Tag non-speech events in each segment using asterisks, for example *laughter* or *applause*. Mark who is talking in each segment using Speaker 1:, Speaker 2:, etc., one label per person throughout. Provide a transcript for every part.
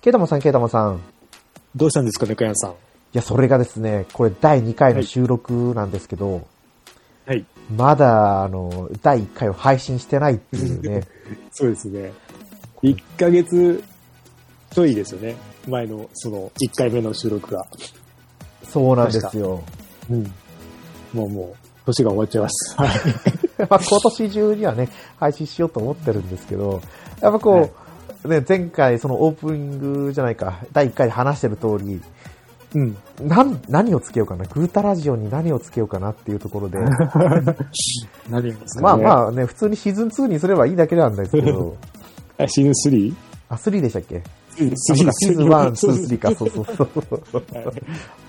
Speaker 1: ケイタマンさん、ケイタマンさん。い
Speaker 2: どうしたんですかね、小山さん。
Speaker 1: や、それがですね、これ第2回の収録なんですけど、
Speaker 2: はい。
Speaker 1: まだ、あの、第1回を配信してないっていうね。
Speaker 2: そうですね。1ヶ月ちょいですよね。前の、その、1回目の収録が。
Speaker 1: そうなんですよ。
Speaker 2: うん。もうもう、年が終わっちゃい *laughs* ます。はい。
Speaker 1: まあ、今年中にはね、配信しようと思ってるんですけど、やっぱこう、ね、前回、そのオープニングじゃないか、第1回で話してる通り、
Speaker 2: うん。
Speaker 1: なん、何をつけようかな、グータラジオに何をつけようかなっていうところで、
Speaker 2: 何です
Speaker 1: まあ
Speaker 2: あ
Speaker 1: まあね、普通にシーズン2にすればいいだけなんですけど、。
Speaker 2: えシーズン 3?
Speaker 1: あ、3でしたっけ
Speaker 2: シ
Speaker 1: あ
Speaker 2: ー
Speaker 1: そうかシーズン1、2、3
Speaker 2: 3
Speaker 1: か、 *laughs* そうそうそう。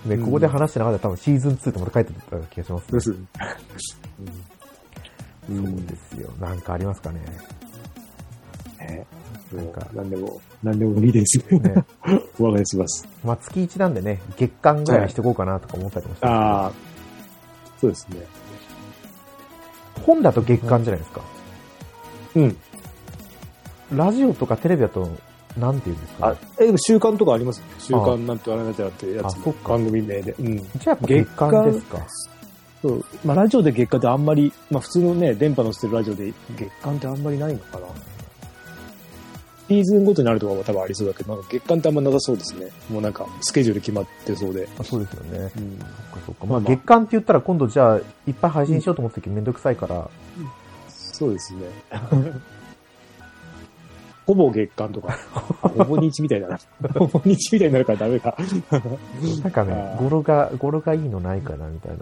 Speaker 1: ね、
Speaker 2: うん
Speaker 1: ここで話してなかったら多分シーズン2ってまた書いてた気がします、
Speaker 2: そう
Speaker 1: ね
Speaker 2: ですね。う。
Speaker 1: そうんですよ。なんかありますかね。
Speaker 2: ね
Speaker 1: な
Speaker 2: なんん
Speaker 1: か
Speaker 2: か、何でも、何でもいいです。
Speaker 1: ね *laughs*
Speaker 2: お任せします。
Speaker 1: まあ月1なんでね、月間ぐらいにしていこうかなとか思ったりもして、
Speaker 2: *laughs* ああ、そうですね。
Speaker 1: 本だと月間じゃないですか。
Speaker 2: うん。
Speaker 1: ラジオとかテレビだと、なんて言うんですか、
Speaker 2: あ
Speaker 1: ね、、
Speaker 2: え、でも週刊とかあります週刊なんてあれなんてなってやつ
Speaker 1: あそっか
Speaker 2: 番組名で。うん。
Speaker 1: じゃあやっぱ月間ですか。
Speaker 2: そう。まあ、ラジオで月間ってあんまり、まあ、普通のね、電波のしてるラジオで月間ってあんまりないのかな。シーズンごとになるとかも多分ありそうだけど、なんか月間ってあんまなさそうですね。もうなんか、スケジュール決まってそうで。
Speaker 1: あそうですよね。
Speaker 2: うん。
Speaker 1: そっかそっか。まあ
Speaker 2: まあまあ
Speaker 1: 月間って言ったら今度じゃあ、いっぱい配信しようと思ってたけどめんどくさいから、
Speaker 2: そうですね。 *laughs* ほぼ月間とか。あほぼ日みたいだ *laughs* な。ほぼ日みたいになるからダメか。
Speaker 1: なんかね
Speaker 2: あ、ー
Speaker 1: 語呂が、語呂がいいのないかな、みたい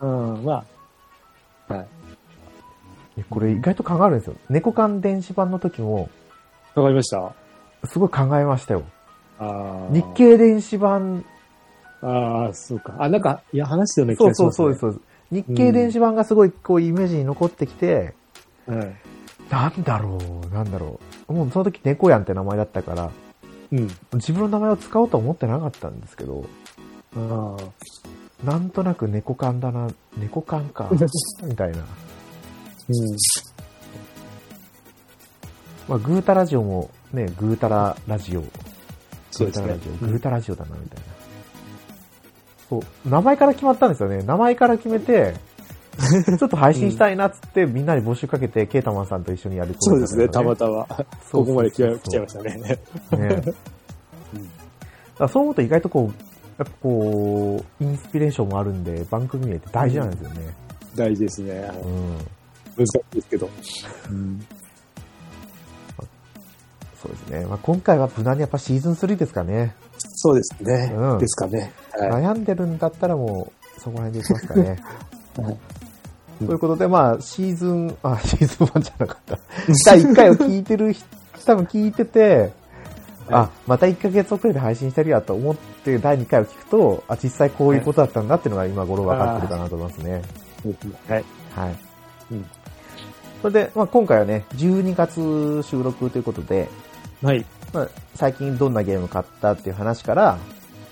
Speaker 1: な。
Speaker 2: うん、まあ。はい。
Speaker 1: いやこれ意外と考えるんですよ。猫缶電子版の時も、
Speaker 2: わかりました。あ
Speaker 1: すごい考えましたよ。
Speaker 2: あー
Speaker 1: 日経電子版、
Speaker 2: ああ、そうか。あ、なんか、いや、話したよね、
Speaker 1: そうそうそうです、
Speaker 2: そ
Speaker 1: そうです。日経電子版がすごいこうイメージに残ってきて、
Speaker 2: う。はい。
Speaker 1: なんだろう、なんだろう。もうその時猫やんって名前だったから、
Speaker 2: うん。
Speaker 1: 自分の名前を使おうとは思ってなかったんですけど、
Speaker 2: ああ。
Speaker 1: なんとなく猫缶だな、猫缶 *laughs* か、みたいな。
Speaker 2: うん。
Speaker 1: まあ、グータラジオもね、グータララジオ、
Speaker 2: そうですね
Speaker 1: グータララジオ、
Speaker 2: う
Speaker 1: グー
Speaker 2: ん
Speaker 1: タラジオだな、みたいな。そう、名前から決まったんですよね。名前から決め
Speaker 2: *laughs*
Speaker 1: て、ちょっと配信したいなっつって、みんなに募集かけて、ケータマンさんと一緒にやる
Speaker 2: そうですね、たま
Speaker 1: た
Speaker 2: たま。ここまで来ちゃい来ちゃいましたね。
Speaker 1: た。ね。だからそう思うと意外とこう、やっぱこう、インスピレーションもあるんで、番組名って大事なんですよね。
Speaker 2: 大事ですね。
Speaker 1: うん。
Speaker 2: 難しいですけど。うん。
Speaker 1: そうですね。まあ、今回は無難にやっぱシーズン3ですかね。
Speaker 2: そうですね
Speaker 1: うん。
Speaker 2: ですかね。は
Speaker 1: 悩んでるんだったらもう、そこら辺でいきますか
Speaker 2: *laughs*
Speaker 1: ね。
Speaker 2: はい
Speaker 1: ということで、まあ、シーズン、あ、 *laughs* シーズン1じゃなか
Speaker 2: *laughs*
Speaker 1: った。第1回を聞いてる人、多分聞いてて、あ、また1ヶ月遅れで配信してるやと思って、第2回を聞くと、あ、実際こういうことだったんだっていうのが今頃分かってるかなと思いますね。
Speaker 2: い。はい。
Speaker 1: はい。
Speaker 2: うん
Speaker 1: それで、まあ、今回はね、12月収録ということで、
Speaker 2: はい。
Speaker 1: まあ、最近どんなゲーム買ったっていう話から、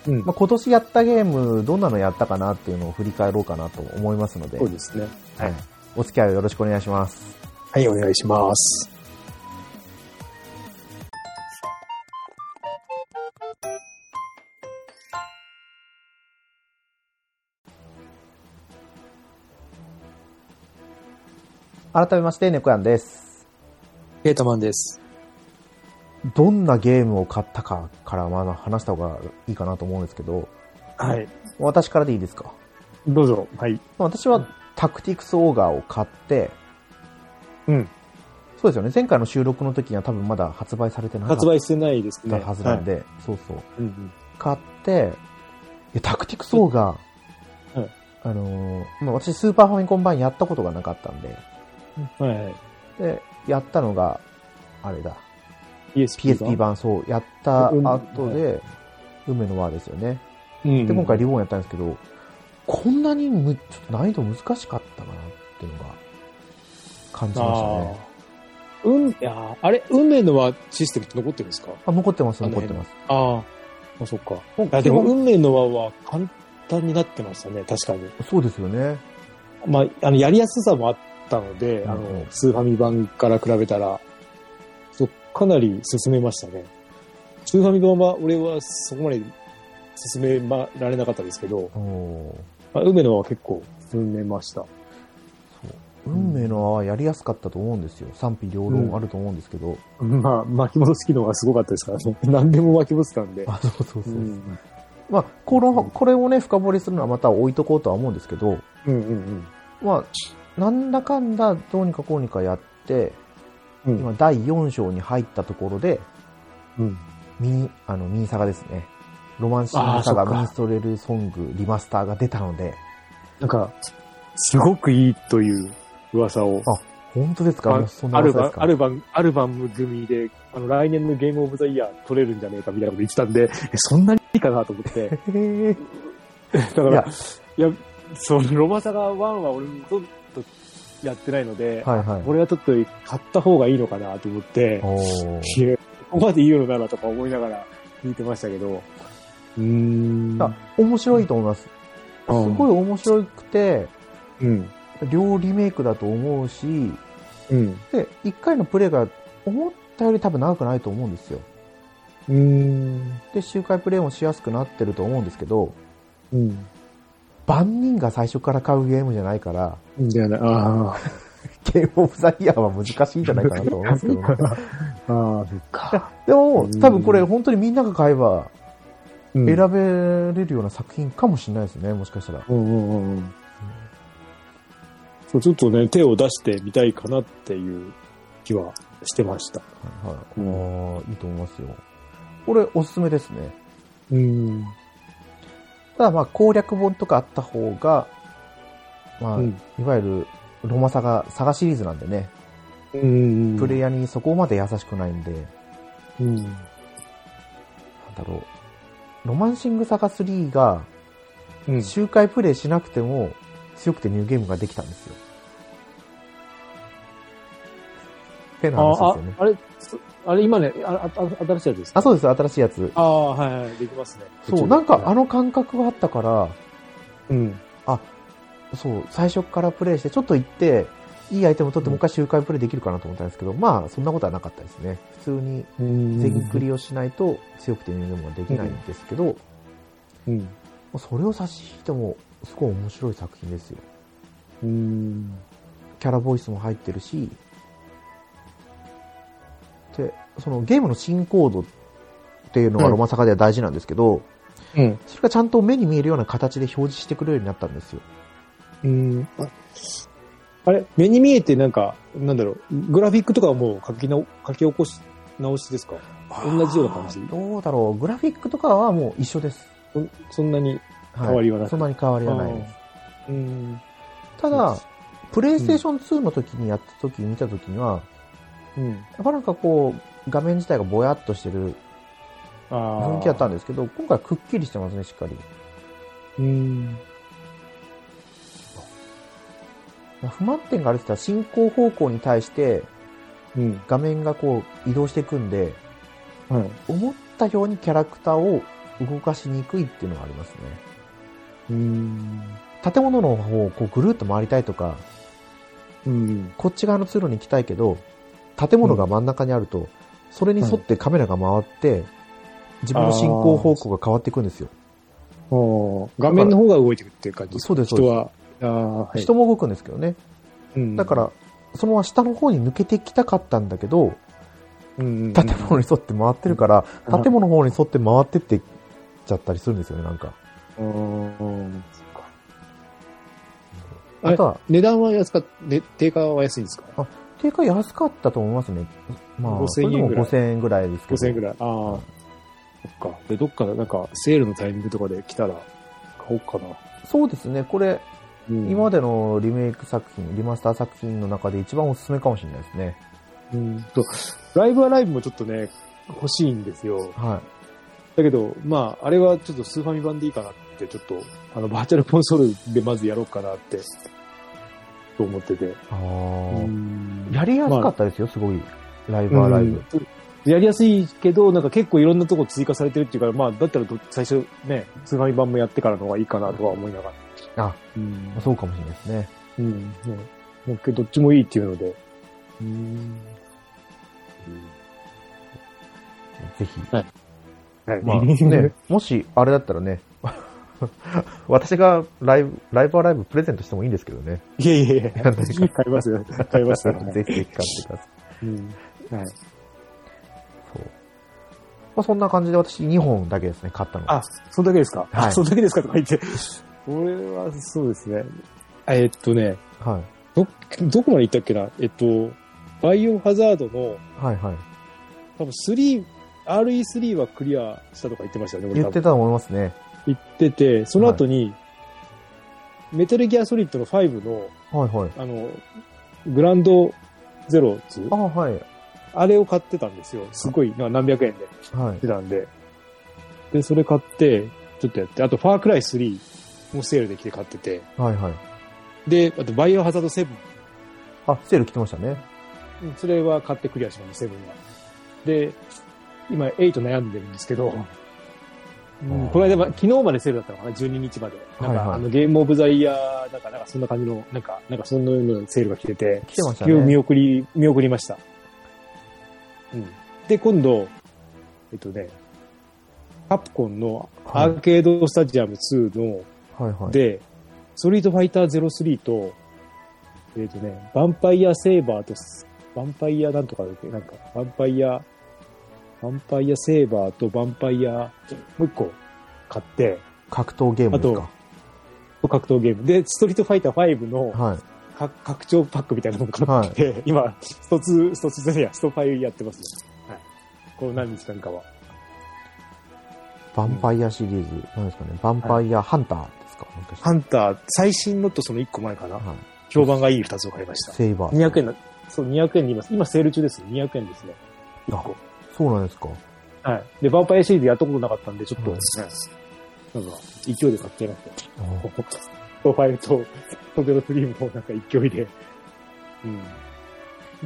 Speaker 2: うん
Speaker 1: まあ、。今年やったゲーム、どんなのやったかなっていうのを振り返ろうかなと思いますので、
Speaker 2: そうですね。
Speaker 1: はい、お付き合いをよろしくお願いします。
Speaker 2: はい、お願いします。
Speaker 1: 改めまして、猫やんです。
Speaker 2: ケータマンです。
Speaker 1: どんなゲームを買ったかからまだ話した方がいいかなと思うんですけど、
Speaker 2: はい。
Speaker 1: 私からでいいですか
Speaker 2: どうぞ。はい。
Speaker 1: まあ私はタクティクスオーガーを買って、
Speaker 2: うん。
Speaker 1: そうですよね、前回の収録の時には多分まだ発売されてなかっ
Speaker 2: 発
Speaker 1: た
Speaker 2: 売してないですね。
Speaker 1: はずなん
Speaker 2: は
Speaker 1: で、そうそう。
Speaker 2: い。うん
Speaker 1: 買って、いやタクティクスオーガー、
Speaker 2: はい
Speaker 1: あのーまあ、私スーパーファミコン版やったことがなかったんで、
Speaker 2: うん。はいはい。
Speaker 1: で、やったのが、あれだ、
Speaker 2: PSP 版
Speaker 1: PSP。版、そう、やった
Speaker 2: うん
Speaker 1: 後で、梅の輪ですよね。
Speaker 2: うん。
Speaker 1: で、今回リボンやったんですけど、こんなにむちょっと難易度難しかったかなっていうのが、感じましたね。
Speaker 2: あーうん、いやーあれ、運命のはシステムって残ってるんですか
Speaker 1: あ、残ってます、
Speaker 2: あの
Speaker 1: 残っ
Speaker 2: 辺
Speaker 1: てます。
Speaker 2: ああ。あ、そっか。
Speaker 1: もう
Speaker 2: あで
Speaker 1: 基
Speaker 2: も、
Speaker 1: 本
Speaker 2: 運命の輪は簡単になってましたね、確かに。
Speaker 1: そうですよね。
Speaker 2: まあ、あの、やりやすさもあったので、あ
Speaker 1: うん
Speaker 2: の、スーファミ版から比べたら、そうかなり進めましたね。スーファミ版は俺はそこまで進めまられなかったですけど、
Speaker 1: おー
Speaker 2: まあ、梅のは結構進めました。
Speaker 1: 運命の輪はやりやすかったと思うんですよ。賛否両論あると思うんですけど。
Speaker 2: まあ、巻き戻す機能がすごかったですからね。 *laughs* 何でも巻き戻せたんで。
Speaker 1: *laughs* あ、そうそうそうう。
Speaker 2: ん
Speaker 1: まあ、この、これをね、深掘りするのはまた置いとこうとは思うんですけど、
Speaker 2: うんうん
Speaker 1: まあ、なんだかんだどうにかこうにかやって、
Speaker 2: うん。うん
Speaker 1: 今第4章に入ったところで、
Speaker 2: うん。
Speaker 1: ミニ、あの、ミニサガですね。ロマンシングサ
Speaker 2: あー
Speaker 1: ガ
Speaker 2: そっか
Speaker 1: ミニストレルソングリマスターが出たので、
Speaker 2: なんか、すごくいいという噂を、
Speaker 1: 本当ですか、もうそんな
Speaker 2: ある
Speaker 1: 噂で
Speaker 2: 番
Speaker 1: す、か
Speaker 2: ある番、ある番組で、あの、来年のゲームオブザイヤー取れるんじゃねえかみたいなこと言ってたんで、えそんなにいいかなと思っ
Speaker 1: *laughs*
Speaker 2: て。
Speaker 1: へ
Speaker 2: だか
Speaker 1: ーい
Speaker 2: ら
Speaker 1: や、、
Speaker 2: そのロマサガ1は俺もちょっとやってないので、
Speaker 1: はいはい。
Speaker 2: これはちょっと買った方がいいのかなと思って、
Speaker 1: おー
Speaker 2: いやここまで言うのならとか思いながら聞いてましたけど、うーん。
Speaker 1: あ面白いと思います。す
Speaker 2: うん
Speaker 1: ごい面白くて、
Speaker 2: うん。
Speaker 1: 両リメイクだと思うし、
Speaker 2: うん。
Speaker 1: で、1回のプレイが思ったより多分長くないと思うんですよ。
Speaker 2: うーん。
Speaker 1: で、周回プレイもしやすくなってると思うんですけど、
Speaker 2: うん。
Speaker 1: 万人が最初から買うゲームじゃないから、
Speaker 2: じゃない、あー
Speaker 1: ゲームオブザイヤーは難しいんじゃないかなと
Speaker 2: *laughs*
Speaker 1: 思うんですけどね、
Speaker 2: あー、そっか。
Speaker 1: でも
Speaker 2: うん、
Speaker 1: 多分これ本当にみんなが買えば
Speaker 2: 選
Speaker 1: 選べれるような作品かもしれないですね、もしかしたら。
Speaker 2: うんうんうんうん。そう、ちょっとね、手を出してみたいかなっていう気はしてました。
Speaker 1: はい、
Speaker 2: う
Speaker 1: はい。ああ、いいと思いますよ。これおすすめですね。
Speaker 2: うん。
Speaker 1: ただまあ攻略本とかあった方が、まあ、
Speaker 2: うん
Speaker 1: いわゆるロマサガ、サガシリーズなんでね、
Speaker 2: うん。
Speaker 1: プレイヤーにそこまで優しくないんで、なん
Speaker 2: うん。
Speaker 1: だろう。ロマンシングサガ3が
Speaker 2: うん。
Speaker 1: 周回プレイしなくても強くてニューゲームができたんですよ。ってな
Speaker 2: あ
Speaker 1: 話
Speaker 2: あ
Speaker 1: ですよね、。
Speaker 2: あれ、そあれ今ね、あああ新しいやつです
Speaker 1: あ、
Speaker 2: か
Speaker 1: そうです、新しいやつ。
Speaker 2: ああ、はいはい、できますね。
Speaker 1: そう、なんかあ
Speaker 2: の、
Speaker 1: の感覚があったから、
Speaker 2: うん。
Speaker 1: そう、最初からプレイして、ちょっと行って、いいアイテム取ってもう一回周回プレイできるかなと思ったんですけど、まあ、そんなことはなかったですね。普通に、
Speaker 2: うん
Speaker 1: 全員クリをしないと強くてニューゲームができないんですけど、も
Speaker 2: うん。
Speaker 1: うそれを差し引いても、すごい面白い作品ですよ。
Speaker 2: うん。
Speaker 1: キャラボイスも入ってるし、で、そのゲームの進行度っていうのが
Speaker 2: はい
Speaker 1: ロマサガでは大事なんですけど、
Speaker 2: うん。
Speaker 1: それがちゃんと目に見えるような形で表示してくれるようになったんですよ。
Speaker 2: うん。ああれ、目に見えてなんか、なんだろう、グラフィックとかはもう書きな書き起こし直しですか同じような感じ
Speaker 1: あーどうだろう、グラフィックとかはもう一緒です。
Speaker 2: そんそんなに。
Speaker 1: はい
Speaker 2: 変わりはなく
Speaker 1: そんなに変わりはないです。
Speaker 2: うん。
Speaker 1: ただ、プレイステーション2の時にやった時、見た時には、
Speaker 2: うん。
Speaker 1: やっぱなんかこう、画面自体がぼやっとしてる
Speaker 2: ああ。
Speaker 1: 雰囲気だったんですけど、今回くっきりしてますね、しっかり。
Speaker 2: うん。
Speaker 1: まあ不満点があるって言ったら、進行方向に対して
Speaker 2: うん。
Speaker 1: 画面がこう移動していくんで、
Speaker 2: はい。
Speaker 1: 思ったようにキャラクターを動かしにくいっていうのがありますね。
Speaker 2: うん。
Speaker 1: 建物の方をこうぐるっと回りたいとか、
Speaker 2: うん。
Speaker 1: こっち側の通路に行きたいけど、建物が真ん中にあると、それに沿ってカメラが回って、自分の進行方向が変わっていくんですよ。
Speaker 2: 画面の方が動いてるっていう感じ
Speaker 1: そうです、そう
Speaker 2: 人
Speaker 1: です。
Speaker 2: は。ああ、はい。
Speaker 1: 人も動くんですけどね。
Speaker 2: うん
Speaker 1: だか、ら、そのまま下の方に抜けてきたかったんだけど、
Speaker 2: うん。
Speaker 1: 建物に沿って回ってるから、
Speaker 2: うん
Speaker 1: 建物の方に沿って回ってってっちゃったりするんですよね、なんか。
Speaker 2: うん。あ
Speaker 1: あ
Speaker 2: れ
Speaker 1: とは、
Speaker 2: 値段は安かった、ね定価は安いんですか
Speaker 1: 定価安かったと思いますね。まあ、そ
Speaker 2: 5000
Speaker 1: れで
Speaker 2: 円
Speaker 1: も
Speaker 2: ぐらい
Speaker 1: 5000円ぐらいですけど。
Speaker 2: 5000円ぐらい。ああ。そっか。で、どっか、なんか、セールのタイミングとかで来たら、買おうかな。
Speaker 1: そうですね、これ、
Speaker 2: うん
Speaker 1: 今までのリメイク作品、リマスター作品の中で一番おすすめかもしれないですね。
Speaker 2: うんと、ライブはライブもちょっとね、欲しいんですよ。
Speaker 1: は
Speaker 2: だけど、まあ、あれはちょっとスーファミ版でいいかなって、ちょっと、あの、バーチャルコンソールでまずやろうかなって、と思ってて
Speaker 1: い。。あー
Speaker 2: ん
Speaker 1: やりやすかったですよ、すごい。ライブはライブ。
Speaker 2: うんやりやすいけど、なんか結構いろんなとこ追加されてるっていうから、まあ、だったらど最初ね、スーファミ版もやってからの方がいいかなとは思いながら。
Speaker 1: あ、
Speaker 2: うん。
Speaker 1: そうかもしれないですね。
Speaker 2: うん。ねもうけどどっちもいいっていうので。
Speaker 1: ぜひ、
Speaker 2: はいはい
Speaker 1: まあね、もしあれだったらね、 *laughs* 私がライブ、ライブはライブプレゼントしてもいいんですけどね。
Speaker 2: *laughs* いやいやいや、買いますよ。買います *laughs* よ。
Speaker 1: ぜひぜひ買ってください。
Speaker 2: うんはい、
Speaker 1: そう。まあ、そんな感じで私2本だけですね、買ったのは。
Speaker 2: あ、そんだけですか、
Speaker 1: はい
Speaker 2: あそんだけですかとか言って。俺はそうですね。えっとね、
Speaker 1: はい。
Speaker 2: ど、どこまで行ったっけなえっと、バイオハザードの、
Speaker 1: はいはい。
Speaker 2: 多分3、RE3 はクリアしたとか言ってましたよね、俺
Speaker 1: 言
Speaker 2: 多
Speaker 1: って
Speaker 2: 分。
Speaker 1: たと思いますね。
Speaker 2: 言ってて、その後に、メタルギアソリッドの5の、
Speaker 1: はいはい。
Speaker 2: あの、グランドゼロズ
Speaker 1: あ、はい。
Speaker 2: あれを買ってたんですよ。すごい、なんか何百円で。
Speaker 1: は
Speaker 2: ってたんで。で、それ買って、ちょっとやって、あと、ファークライ3もセールで来て買ってて、
Speaker 1: い。はいはい。
Speaker 2: で、あと、バイオハザード7、
Speaker 1: あ、セール来てましたね。
Speaker 2: うんそれは買ってクリアしました、7は。で、今、8悩んでるんですけど、うんこの間ま、昨日までセールだったのかな、12日まで。な
Speaker 1: は
Speaker 2: んか、
Speaker 1: いはい
Speaker 2: あの、ゲームオブザイヤー、なんか、なんか、そんな感じの、なんか、なんか、そんなようなセールが来てて、
Speaker 1: 来てました
Speaker 2: 今日見
Speaker 1: ね。
Speaker 2: 送り、見送りました。うん。で、今度、えっとね、カプコンの
Speaker 1: はい
Speaker 2: アーケードスタジアム2の、
Speaker 1: はいはい。
Speaker 2: で、ストリートファイター03と、えっとね、ヴァンパイアセーバーと、ヴァンパイアなんとかだっけなんか、ヴァンパイア、ヴァンパイアセーバーとヴァンパイア、もう一個買って、
Speaker 1: 格闘ゲームですか。
Speaker 2: 格闘ゲーム。で、ストリートファイター5の、
Speaker 1: はい。
Speaker 2: か拡張パックみたいなのも買って、 *laughs* 今、スト2、スト2じゃねえや、ストファイやってますよ。はい。この何日間かは。
Speaker 1: ヴァンパイアシリーズ、なんですかね。ヴァンパイアハンターですか。もしかして
Speaker 2: ハンター、最新のとその1個前かな。
Speaker 1: はい。
Speaker 2: 評判がいい2つを買いました。
Speaker 1: セイバー。
Speaker 2: 200円だ。そう、200円で今、今セール中です。200円ですね。1個。
Speaker 1: そうなんですか。
Speaker 2: はい。で、ヴァンパイアシリーズやったことなかったんで、ちょっと、
Speaker 1: うん
Speaker 2: なんか、勢いで買っちゃいました。 *laughs* ストファイと、ストゼロ3もなんか勢いで。うん。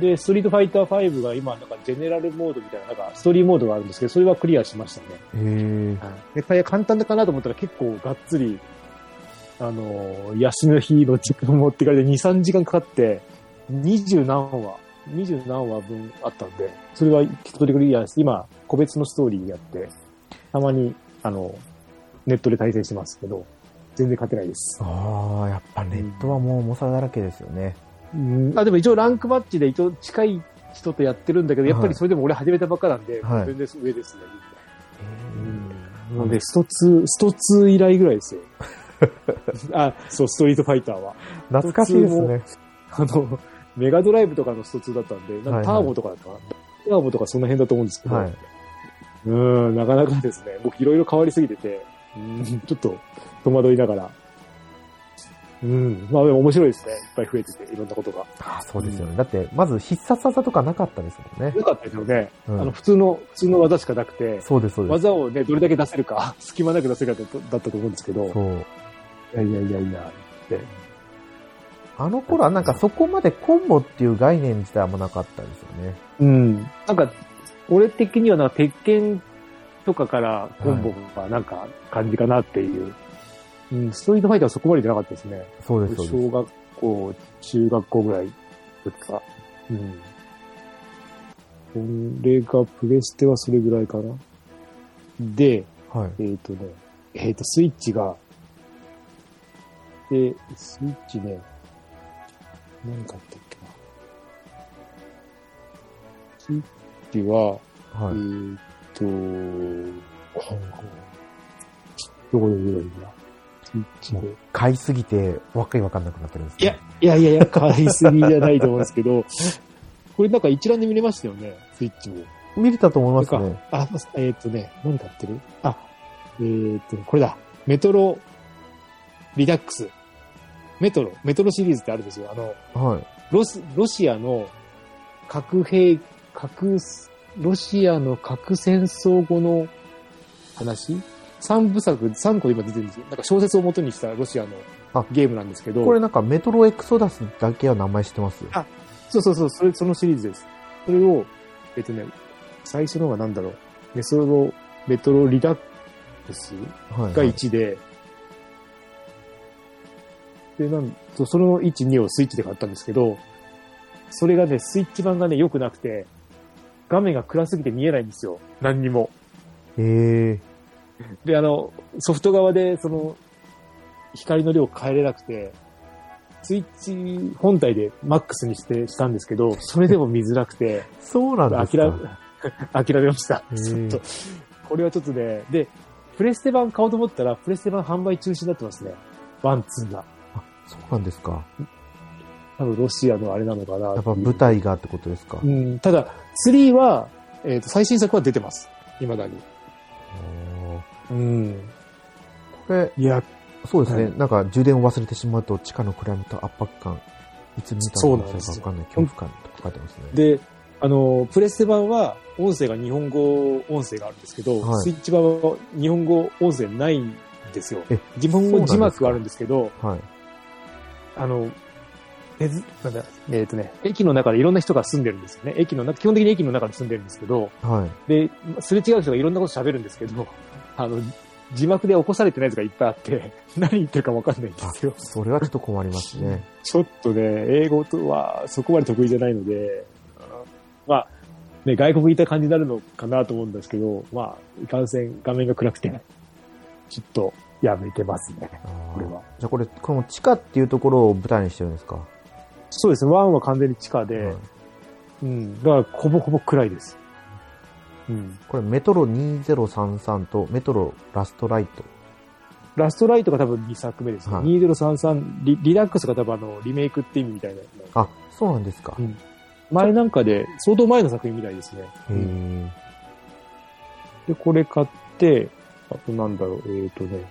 Speaker 2: で、ストリートファイター5が今、なんかジェネラルモードみたいな、なんかストーリーモードがあるんですけど、それはクリアしましたね。
Speaker 1: へえ。
Speaker 2: で、これ簡単だかなと思ったら結構がっつり、あのー休みの日の時間持ってかれて2、3時間かかって、20何話、20何話分あったんで、それは一通りクリアです。今、個別のストーリーやって、たまに、あの、ネットで対戦してますけど、全然勝てないです。
Speaker 1: ああ、やっぱネットはもう重さだらけですよね。
Speaker 2: うんあでも一応ランクマッチで一応近い人とやってるんだけど、やっぱ
Speaker 1: は
Speaker 2: り
Speaker 1: い
Speaker 2: それでも俺始めたばっかなんで、
Speaker 1: はい
Speaker 2: 全然上ですね。
Speaker 1: へー
Speaker 2: なので、スト2、スト2以来ぐらい
Speaker 1: *laughs*
Speaker 2: ですよ。あ、そう、ストリートファイターは。
Speaker 1: 懐かしいですね。
Speaker 2: あの、メガドライブとかのスト2だったんで、
Speaker 1: はい
Speaker 2: な
Speaker 1: は
Speaker 2: んか
Speaker 1: い
Speaker 2: ターボとかだったかな、ターボとかその辺だと思うんですけど、
Speaker 1: はいう
Speaker 2: ーん、なかなかですね、僕いろいろ変わりすぎてて、うんちょっと戸惑いながら。うん、まあでも面白いですね。いっぱい増えてて、いろんなことが。
Speaker 1: ああ、そうですよね。だって、まず必殺技とかなかったですもんね。
Speaker 2: よかったですよね。
Speaker 1: うん
Speaker 2: あの、普通の、普通の技しかなくて、
Speaker 1: そうです、そうです。
Speaker 2: 技をね、どれだけ出せるか、 *laughs* 隙間なく出せるかだとだったと思うんですけど、い
Speaker 1: そう。
Speaker 2: やいやいやいや、って。
Speaker 1: あの頃はなんかそこまでコンボっていう概念自体もなかったですよね。
Speaker 2: うん。なんか、俺的にはなんか、鉄拳とかからコンボがなんか感じかなっていう。うん、ストリートファイターはそこまでじゃなかったですね。
Speaker 1: そうです、そうです。
Speaker 2: 小学校、中学校ぐらいですか。うん。これが、プレステはそれぐらいかな。で、
Speaker 1: はい。
Speaker 2: えっ、とね、えっ、と、スイッチが、で、スイッチね、何買ったっけな。スイッチは、
Speaker 1: はい
Speaker 2: えっ、。と、どこで見ればいいんだスイッチで。
Speaker 1: 買いすぎて、わけわかんなくなってるんです
Speaker 2: い
Speaker 1: ね
Speaker 2: や、、いやいやいや、買いすぎじゃないと思うんですけ *laughs* ど、これなんか一覧で見れましたよね、スイッチも。
Speaker 1: 見れたと思いますね。
Speaker 2: あ、えっ、とね、何買ってるあ、えっ、と、これだ。メトロ、リダックス。メトロ、メトロシリーズってあるんですよ。あの、
Speaker 1: はい。
Speaker 2: ロス、ロシアの核兵、核、ロシアの核戦争後の話三部作、三個今出てるんですよ。なんか小説を元にしたロシアの
Speaker 1: あ
Speaker 2: ゲームなんですけど。
Speaker 1: これなんかメトロエクソダスだけは名前知ってますよ。
Speaker 2: あそうそうそう、それ、そのシリーズです。それを、えっとね、最初のがなんだろう。メソロ、メトロリダックス
Speaker 1: はい、
Speaker 2: が
Speaker 1: はい。
Speaker 2: 1で、で、なんと、その1、2をスイッチで買ったんですけど、それがね、スイッチ版がね、良くなくて、画面が暗すぎて見えないんですよ。何にも。
Speaker 1: へえ。
Speaker 2: で、あの、ソフト側で、その、光の量変えれなくて、スイッチ本体でマックスにしてしたんですけど、それでも見づらくて、
Speaker 1: そうなんです
Speaker 2: 諦
Speaker 1: か。
Speaker 2: め、諦めました。
Speaker 1: うん
Speaker 2: ちょっと、これはちょっとね、で、プレステ版買おうと思ったら、プレステ版販売中止になってますね。ワン、ツーが。
Speaker 1: そうなんですか。
Speaker 2: 多分ロシアのあれなのかな。
Speaker 1: やっぱ舞台がってことですか。
Speaker 2: う
Speaker 1: へ
Speaker 2: ん、ただ、3は、えっ、と、最新作は出てます。未だに。
Speaker 1: ー
Speaker 2: うん。
Speaker 1: これ、
Speaker 2: いや、
Speaker 1: そうですね、
Speaker 2: は
Speaker 1: なんか充電を忘れてしまうと地下の暗闇と圧迫感、いつ見た
Speaker 2: そう
Speaker 1: の
Speaker 2: なん
Speaker 1: か
Speaker 2: ですよ
Speaker 1: わかんない恐怖感とか書いてますね。
Speaker 2: で、あの、プレステ版は音声が日本語音声があるんですけど、
Speaker 1: はい
Speaker 2: スイッチ版は日本語音声ないんですよ
Speaker 1: え。
Speaker 2: 日本
Speaker 1: そうなん
Speaker 2: 語
Speaker 1: ですか
Speaker 2: 字幕はあるんですけど、
Speaker 1: はい。
Speaker 2: あの、えず、なんだ、えっ、とね、駅の中でいろんな人が住んでるんですよね。駅の中、基本的に駅の中に住んでるんですけど、
Speaker 1: はい。
Speaker 2: で、すれ違う人がいろんなこと喋るんですけど、 *laughs* あの、字幕で起こされてないやつがいっぱいあって、 *laughs* 何言ってるかわかんないんで
Speaker 1: あ
Speaker 2: すよ。、
Speaker 1: それはちょっと困りますね。
Speaker 2: *laughs* ちょっとね、英語とはそこまで得意じゃないので、まあ、ね、外国にいた感じになるのかなと思うんですけど、まあ、いかんせん画面が暗くて、ちょっとやめてますね、
Speaker 1: あ
Speaker 2: これ
Speaker 1: ー
Speaker 2: は。
Speaker 1: じゃあこれ、この地下っていうところを舞台にしてるんですか、
Speaker 2: そうですね、ワンは完全に地下で、
Speaker 1: はい
Speaker 2: うん、だからほぼほぼ暗いです。うん。
Speaker 1: これメトロ2033とメトロラストライト。
Speaker 2: ラストライトが多分2作目ですね。
Speaker 1: はい
Speaker 2: 2033リ、リラックスが多分あの、リメイクって意味みたいな。
Speaker 1: あ、そうなんですか。
Speaker 2: うん前なんかで、相当前の作品みたいですね。
Speaker 1: へえ。
Speaker 2: で、これ買って、あとなんだろう、えっ、とね、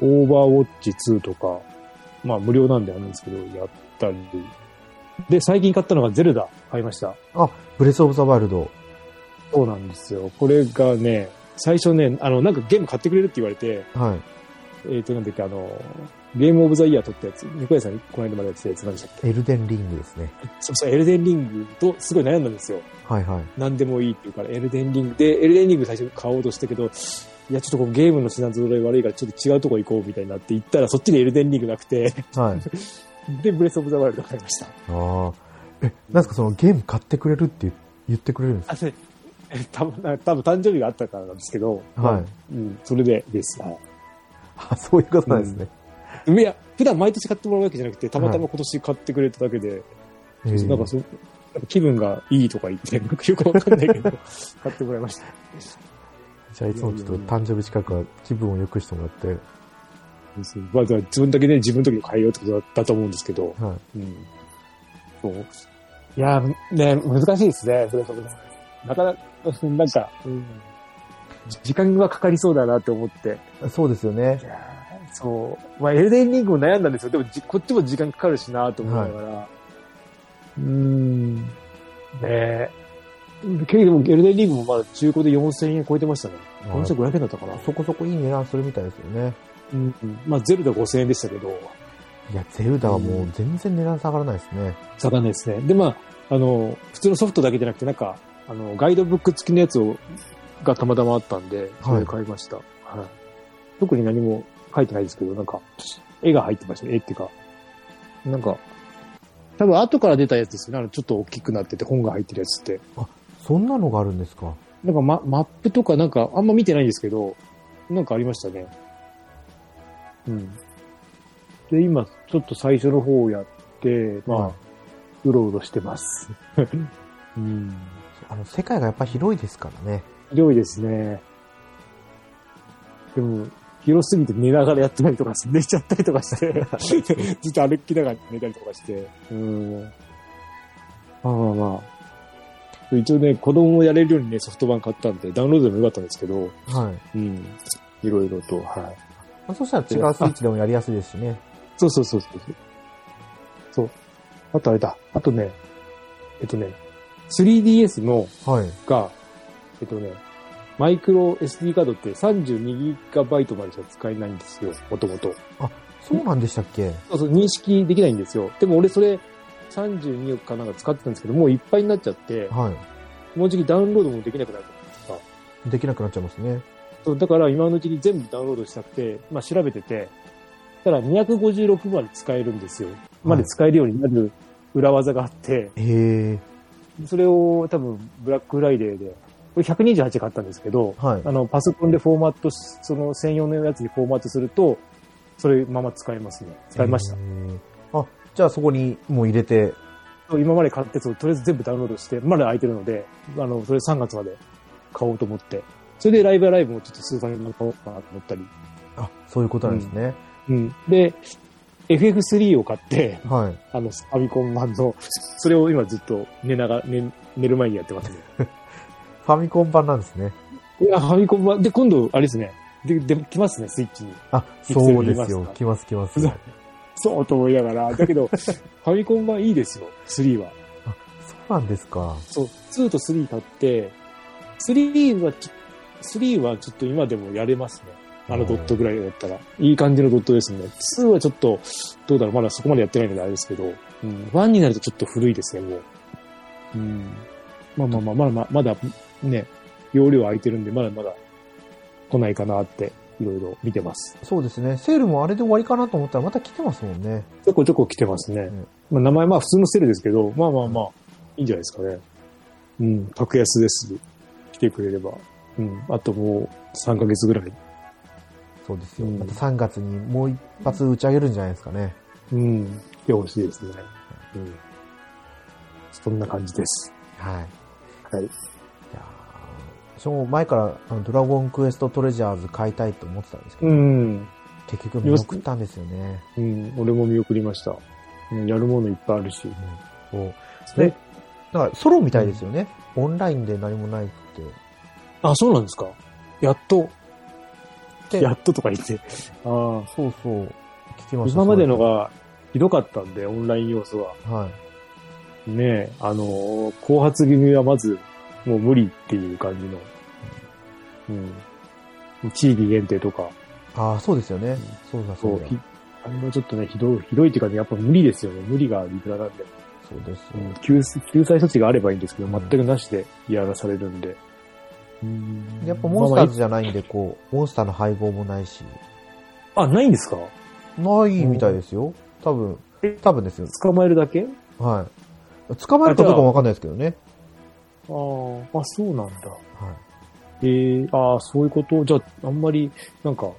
Speaker 2: オーバーウォッチ2とか、まあ無料なんであるんですけど、やったり。で、最近買ったのがゼルダ買いました。
Speaker 1: ブレスオブザワイルド。
Speaker 2: そうなんですよ。これがね、最初ね、あの、なんかゲーム買ってくれるって言われて、
Speaker 1: はい。
Speaker 2: えっ、と、なんだっけ、あの、ゲームオブザイヤー取ったやつ、ニコヤさんにこの間までやってたやつなんでしたっけ
Speaker 1: エルデンリングですね。
Speaker 2: そうそう、エルデンリングとすごい悩んだんですよ。
Speaker 1: はいはい。
Speaker 2: 何でもいいっていうから、エルデンリングで、エルデンリング最初買おうとしたけど、いや、ちょっとこうゲームの品揃え悪いから、ちょっと違うとこ行こうみたいになって行ったら、そっちでエルデンリングなくて、
Speaker 1: *laughs* はい。
Speaker 2: で、ブレスオブザワイルド買いました。
Speaker 1: ああ。え、なんですかそのゲーム買ってくれるって言ってくれるんですか
Speaker 2: あ、それ、え多分多分誕生日があったからなんですけど、
Speaker 1: はい
Speaker 2: まあうん、それでです。は
Speaker 1: *laughs* あ、そういうことなんですね。
Speaker 2: いいや、普段毎年買ってもらうわけじゃなくて、たまたま今年買ってくれただけで、
Speaker 1: へー
Speaker 2: なんかそなんか気分がいいとか言って、なんかよくわかんないけ *laughs* ど、買ってもらいました。
Speaker 1: じゃあいつもちょっと誕生日近くは気分を良くしてもらって、
Speaker 2: まあ、だから自分だけね、自分の時に変えようってことだったと思うんですけど、
Speaker 1: はい。
Speaker 2: うん。そう。いやー、ね、難しいですね、それそれ。なかなか、なんか、うん、時間がかかりそうだなって思って。
Speaker 1: そうですよね
Speaker 2: い。やーそう。まあ、エルデンリングも悩んだんですよ。でもじ、こっちも時間かかるしなと思いながら。うーん。ねえ。けれども、エルデンリングもまだ中古で4000円超えてましたね。
Speaker 1: はい
Speaker 2: 4500円だったかな。
Speaker 1: そこそこいい値段するみたいですよね。
Speaker 2: うん。まあ、ゼルダ5000円でしたけど。
Speaker 1: いや、ゼルダはもう全然値段下がらないですね。
Speaker 2: 下がんないですね。で、まあ、あの、普通のソフトだけじゃなくて、なんか、あの、ガイドブック付きのやつを、がたまたまあったんで、それ買いました。はい。特に何も書いてないですけど、なんか、絵が入ってましたね。絵っていうか、なんか、多分後から出たやつですよね。あの、ちょっと大きくなってて、本が入ってるやつって。
Speaker 1: そんなのがあるんですか
Speaker 2: なんか、ま、マップとかなんか、あんま見てないんですけど、なんかありましたね。うん。で、今、ちょっと最初の方をやって、まあ、
Speaker 1: はいう
Speaker 2: ろうろしてます。うん。
Speaker 1: あの、世界がやっぱ広いですからね。
Speaker 2: 広いですね。でも、広すぎて寝ながらやってたりとかして、寝ちゃったりとかして、ずっと歩きながら寝たりとかして。うん。まあまあまあ。一応ね、子供もやれるようにね、ソフトバンク買ったんで、ダウンロードでもよかったんですけど、
Speaker 1: はい。
Speaker 2: うん。いろいろと、はい。
Speaker 1: まあ、そしたら違うスイッチでもやりやすいですしね。
Speaker 2: そうそうそうそう。そう。あとあれだ。あとね、えっとね、3DS の、
Speaker 1: はい。
Speaker 2: が、えっとね、マイクロ SD カードって 32GB までしか使えないんですよ、もともと。
Speaker 1: そうなんでしたっけ
Speaker 2: そうそう、認識できないんですよ。でも俺それ32億かなんか使ってたんですけど、もういっぱいになっちゃって、
Speaker 1: は
Speaker 2: もうじきダウンロードもできなくなるじゃないですか。
Speaker 1: い。できなくなっちゃいますね。
Speaker 2: そうだから今のうちに全部ダウンロードしたくて、まあ調べてて、たら256まで使えるんですよ。まで使えるようになる裏技があって、
Speaker 1: へえ。
Speaker 2: それを多分ブラックフライデーでれ128買ったんですけど、
Speaker 1: はい
Speaker 2: あの、パソコンでフォーマットし、その専用のやつにフォーマットすると、それまま使えますね。使いました
Speaker 1: え。ーあ、じゃあそこにもう入れて、
Speaker 2: 今まで買ったやつをとりあえず全部ダウンロードして、まだ空いてるので、あの、それ3月まで買おうと思って。それでライブアライブもちょっと数回分買おうかなと思ったり。
Speaker 1: あ、そういうことなんですね。
Speaker 2: うん。で、FF3 を買って、
Speaker 1: はい。
Speaker 2: あの、ファミコン版の、それを今ずっと寝ながら、寝、寝る前にやってますね。
Speaker 1: ファミコン版なんですね。
Speaker 2: いや、ファミコン版、で、今度、あれですね。で、で、来ますね、スイッチに。
Speaker 1: あ、
Speaker 2: いつで
Speaker 1: そ
Speaker 2: も
Speaker 1: う
Speaker 2: 言
Speaker 1: で
Speaker 2: いますす
Speaker 1: よ
Speaker 2: か。
Speaker 1: 来ます来ます。
Speaker 2: *laughs* そうそうと思いながら。だ *laughs* けど、ファミコン版いいですよ、3は。
Speaker 1: そうなんですか。
Speaker 2: そう、2と3買って、3はちょ、3はちょっと今でもやれますね。あのドットぐらいだったら。いい感じのドットですね。2はちょっと、どうだろう、まだそこまでやってないのであれですけど、うん、1になるとちょっと古いですね、もう。うん。まあまあまあ、まだまだ、まだね、容量空いてるんで、まだまだ来ないかなって、いろいろ見てます。
Speaker 1: そうですね。セールもあれで終わりかなと思ったらまた来てますもんね。
Speaker 2: ちょこちょこ来てますね。
Speaker 1: ん
Speaker 2: まあ、名前、まあ普通のセルですけど、まあまあまあ、いいんじゃないですかね。うん、格安です。来てくれれば。うん、あともう3ヶ月ぐらい。
Speaker 1: そうですよ。
Speaker 2: うん
Speaker 1: また3月にもう一発打ち上げるんじゃないですかね。
Speaker 2: うん、来てほしいですね。うん。そんな感じです。
Speaker 1: はい。
Speaker 2: はい。
Speaker 1: いやーその前からあのドラゴンクエストトレジャーズ買いたいと思ってたんですけ
Speaker 2: う
Speaker 1: ど、
Speaker 2: ん、
Speaker 1: 結局見送ったんですよね。
Speaker 2: うん、俺も見送りました。うん、やるものいっぱいあるし。
Speaker 1: そう
Speaker 2: え
Speaker 1: え、だからソロみたいですよね。オンラインで何もないって。
Speaker 2: あ、そうなんですか。やっと、
Speaker 1: で
Speaker 2: やっととか言って。ああ。
Speaker 1: そうそう。聞きました。
Speaker 2: 今までのがひどかったんで、オンライン要素は。
Speaker 1: はい。
Speaker 2: ねえ、あのー後発気味はまず、もう無理っていう感じの、うん。地域限定とか、
Speaker 1: ああ、そうですよね。そうだ
Speaker 2: そ
Speaker 1: そう
Speaker 2: う、
Speaker 1: だ。
Speaker 2: ひあれはちょっとね、ひどい、ひどいっていうかね、やっぱ無理ですよね。無理がいくらなんで、
Speaker 1: そうです。
Speaker 2: うん救済、救済措置があればいいんですけど、
Speaker 1: うん
Speaker 2: 全くなしでやらされるんで。うん
Speaker 1: やっぱモンスターズじゃないんで、こう、モンスターの配合もないし、
Speaker 2: あ、ないんですか
Speaker 1: ないみたいですよ。多分
Speaker 2: え、
Speaker 1: 多分ですよ。
Speaker 2: 捕まえるだけあ
Speaker 1: はい。捕まえたかどうかもわかんないですけどね。
Speaker 2: あ、あ、そうなんだ。
Speaker 1: はい。
Speaker 2: ええああ、そういうことじゃあ、あんまり、なんか、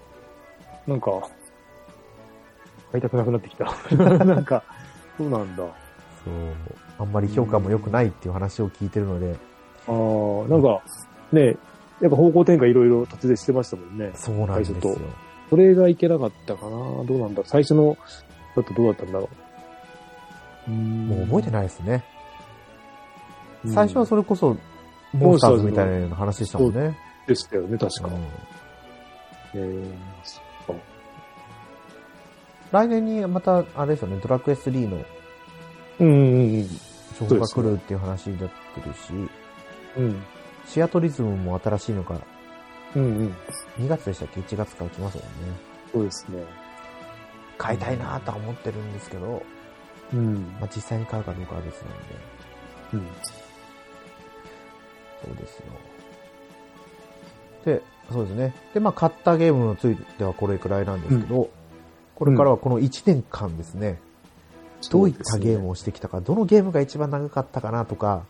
Speaker 2: なんか、買いたくなくなってきた。 *laughs* なんか、そうなんだ。あ
Speaker 1: そう。あんまり評価も良くないっていう話を聞いてるので、
Speaker 2: あ、なんか、ね、やっぱ方向転換いろいろ達成してましたもんね。
Speaker 1: そうなんですよ
Speaker 2: は。それがいけなかったかな。どうなんだ。最初の、だとどうだったんだろう。
Speaker 1: もう覚えてないですね。
Speaker 2: い
Speaker 1: 最初はそれこそ、モンスターズみたいなの話でしたもんね。
Speaker 2: うんでしたよね、確か。
Speaker 1: うん
Speaker 2: えーそっか
Speaker 1: 来年にまた、あれですよね、ドラクエ3の
Speaker 2: うんうんうん。
Speaker 1: 情報が来るっていう話になってるし、
Speaker 2: うん。
Speaker 1: シアトリズムも新しいのが
Speaker 2: うんうん。
Speaker 1: 2月でしたっけ ?1 月から来ますもんね。
Speaker 2: そうですね。
Speaker 1: 買いたいなとは思ってるんですけど、
Speaker 2: うん。
Speaker 1: まあ、実際に買うかどうかは別なんで、
Speaker 2: うん。
Speaker 1: そうですよ。で、そうですね。で、まあ、買ったゲームについてはこれくらいなんですけど、これからはこの1年間ですね、どういったゲームをしてきたか、どのゲームが一番長かったかなとか、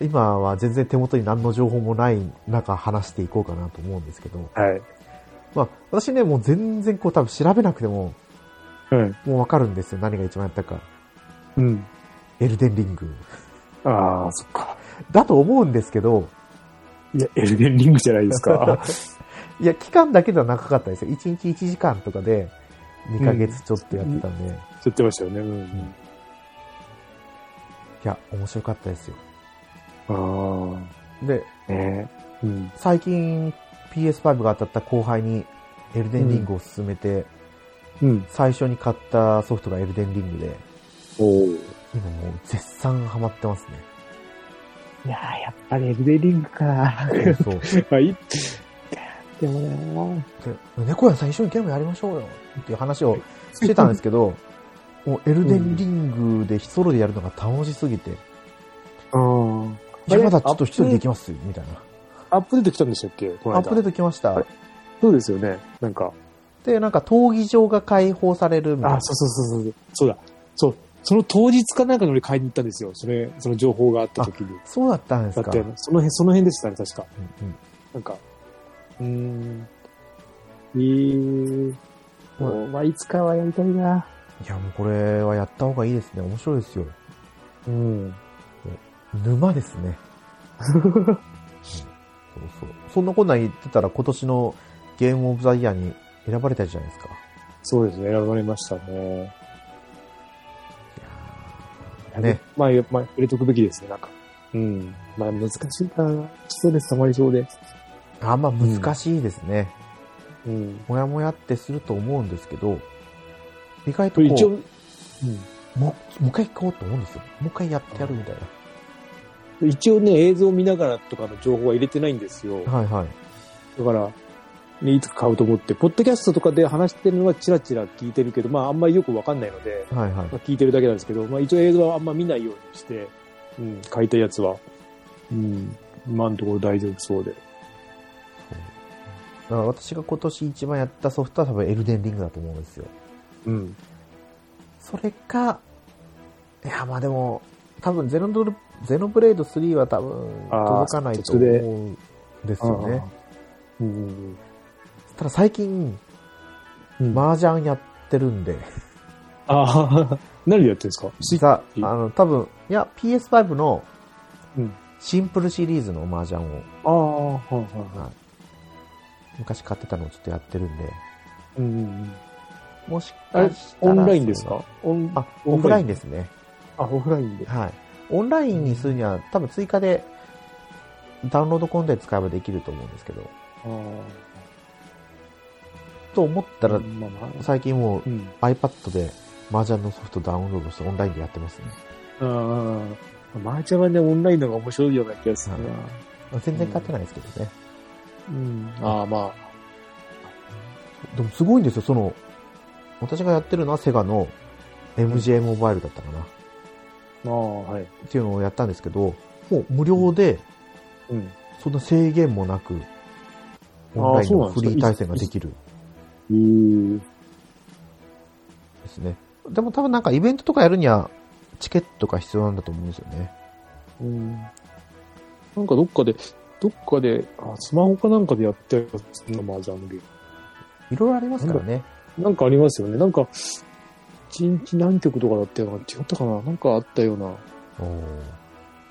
Speaker 1: 今は全然手元に何の情報もない中話していこうかなと思うんですけど、
Speaker 2: はい。
Speaker 1: まあ私ね、もう全然こう多分調べなくても
Speaker 2: うん。
Speaker 1: もうわかるんですよ、何が一番やったか。
Speaker 2: うん。
Speaker 1: エルデンリング。
Speaker 2: ああ、そっか。
Speaker 1: だと思うんですけど、
Speaker 2: いや、エルデンリングじゃないです *laughs* か。
Speaker 1: いや、期間だけでは長かったですよ。1日1時間とかで2ヶ月ちょっとやってたんで、い
Speaker 2: 言ってましたよね。うん。
Speaker 1: や、面白かったですよ。
Speaker 2: あ
Speaker 1: で、
Speaker 2: あ、ねえ。うん。
Speaker 1: 最近 PS5 が当たった後輩にエルデンリングを勧めて、
Speaker 2: うん。
Speaker 1: 最初に買ったソフトがエルデンリングで、
Speaker 2: おお。い
Speaker 1: 今もう絶賛ハマってますね。 *laughs*
Speaker 2: やー、やっぱりエルデンリングか。
Speaker 1: そう。
Speaker 2: *laughs* はい。でもね
Speaker 1: で、猫屋さん一緒にゲームやりましょうよっていう話をしてたんですけど、もうエルデンリングで一ソロでやるのが楽しすぎて、 *laughs* い
Speaker 2: ー。うん。
Speaker 1: や、まだちょっと一人できますよみたいな。
Speaker 2: アップデート来たんでしたっけこの
Speaker 1: ア
Speaker 2: 間。
Speaker 1: ップデート来ました。
Speaker 2: そうですよね。なんか。
Speaker 1: で、なんか、闘技場が開放されるみたい
Speaker 2: あ
Speaker 1: な
Speaker 2: ー、。そうそうそうそう。そうだ。そう。その当日かなんかの俺買いに行ったんですよ。それ、その情報があった時に。
Speaker 1: そうだったんです
Speaker 2: だっ
Speaker 1: か。
Speaker 2: て、その辺、その辺でしたね、確か。
Speaker 1: うんうん
Speaker 2: なんか、うーん、えー、もう、まあ、いつかはやりたいな。
Speaker 1: いや、もうこれはやった方がいいですね。面白いですよ。
Speaker 2: うん。
Speaker 1: 沼です
Speaker 2: *laughs*
Speaker 1: ね。うんそうそう。そんなこんなん言ってたら今年のゲームオブザイヤーに選ばれたじゃないですか。
Speaker 2: そうですね、選ばれましたね。
Speaker 1: ね。
Speaker 2: まあ、やまあ、触れとくべきですね、なんか。うん。まあ、難しいかな。ストレス溜まりそうで。
Speaker 1: あんま難しいですね。
Speaker 2: うん。
Speaker 1: もやもやってすると思うんですけど、意外
Speaker 2: ことれ
Speaker 1: こ
Speaker 2: 一応、う
Speaker 1: う、
Speaker 2: ん。
Speaker 1: ももう一回行こうと思うんですよ。もう一回やってやるみたいな。
Speaker 2: 一応ね、映像見ながらとかの情報は入れてないんですよ。
Speaker 1: はいはい。
Speaker 2: だから、ね、いつか買うと思って、ポッドキャストとかで話してるのはチラチラ聞いてるけど、まああんまりよくわかんないので、
Speaker 1: はいはい
Speaker 2: ま。あ、聞いてるだけなんですけど、まあ一応映像はあんま見ないようにして、うん、買いたいやつは、うん、今のところ大丈夫そうで。
Speaker 1: だから私が今年一番やったソフトは多分エルデンリングだと思うんですよ。
Speaker 2: うん。
Speaker 1: それか、いや、まあでも、多分ゼノドル、ゼノブレード3は多分
Speaker 2: あー
Speaker 1: 届かないと
Speaker 2: 途中
Speaker 1: 思
Speaker 2: で
Speaker 1: うんですよね。
Speaker 2: あー。うんうん
Speaker 1: ただ最近、
Speaker 2: うん。あ、
Speaker 1: 麻雀やってるんで、
Speaker 2: あ *laughs* あ、何でやってるんですかシ
Speaker 1: さ、あの、多分、いや、PS5 の
Speaker 2: うん
Speaker 1: シンプルシリーズの麻雀を
Speaker 2: ああ、はいはいは
Speaker 1: 昔買ってたのをちょっとやってるんで、
Speaker 2: い。うんうんうん。
Speaker 1: もしか
Speaker 2: あれ
Speaker 1: した
Speaker 2: オ
Speaker 1: ら。
Speaker 2: ンラインですかオン
Speaker 1: あ、オフラインですね。
Speaker 2: あ、オフラインで。
Speaker 1: はい。オンラインにするには多分追加でダウンロードコンテンツ使えばできると思うんですけど、
Speaker 2: あー
Speaker 1: と思ったら
Speaker 2: まあまあ、
Speaker 1: 最近もう
Speaker 2: うん。
Speaker 1: iPad で麻雀のソフトダウンロードしてオンラインでやってますね。
Speaker 2: ああ、マーチャはね、オンラインの方が面白いような気がするな。
Speaker 1: 全然買ってないですけどね。
Speaker 2: うん。ああ、まあ。
Speaker 1: でもすごいんですよ、その、私がやってるのはセガの MJ モバイルだったかな。っ
Speaker 2: ああ、はい。
Speaker 1: ていうのをやったんですけど、もう無料で、
Speaker 2: うん。
Speaker 1: そんな制限もなく、
Speaker 2: あー
Speaker 1: オンラインのフ
Speaker 2: そ
Speaker 1: リ
Speaker 2: うなんですか
Speaker 1: ー対戦ができる
Speaker 2: うん。
Speaker 1: ですね。でも多分なんかイベントとかやるには、チケットが必要なんだと思うんですよね。
Speaker 2: なんかどっかで、どっかで、あ、スマホかなんかでやったやつのマージャンのゲー
Speaker 1: いろいろありますからね。
Speaker 2: ム。なんかありますよね。なんか、一日何曲とかだったような、違ったかななんかあったような。
Speaker 1: おー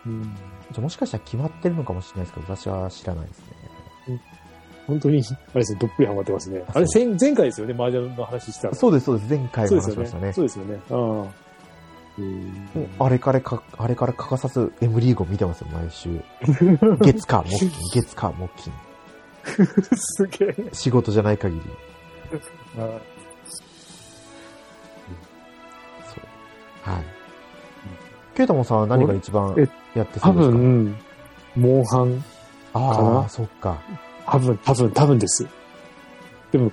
Speaker 2: うん。
Speaker 1: じゃあもしかしたら決まってるのかもしれないですけど、私は知らないですね。
Speaker 2: 本当に、あれですね、どっぷりハマってますね。あれ、前前回ですよね、マージャンの話したの
Speaker 1: そうです、そうです。前回
Speaker 2: そう
Speaker 1: も
Speaker 2: で
Speaker 1: 話
Speaker 2: す
Speaker 1: しまし
Speaker 2: よ
Speaker 1: た
Speaker 2: ね。
Speaker 1: ね。
Speaker 2: そうですよね。ああ。うん
Speaker 1: もうあれからか、あれから欠かさず M リーグを見てますよ、毎週。月火木金、月火木金。
Speaker 2: すげえ。
Speaker 1: 仕事じゃない限り。そう。はい。ケイタモンさんは何が一番
Speaker 2: え
Speaker 1: やってそ
Speaker 2: 多
Speaker 1: うですか
Speaker 2: 分、モンハン、か
Speaker 1: ああ、
Speaker 2: な
Speaker 1: そっか。
Speaker 2: 多分、多分、多分です。でも、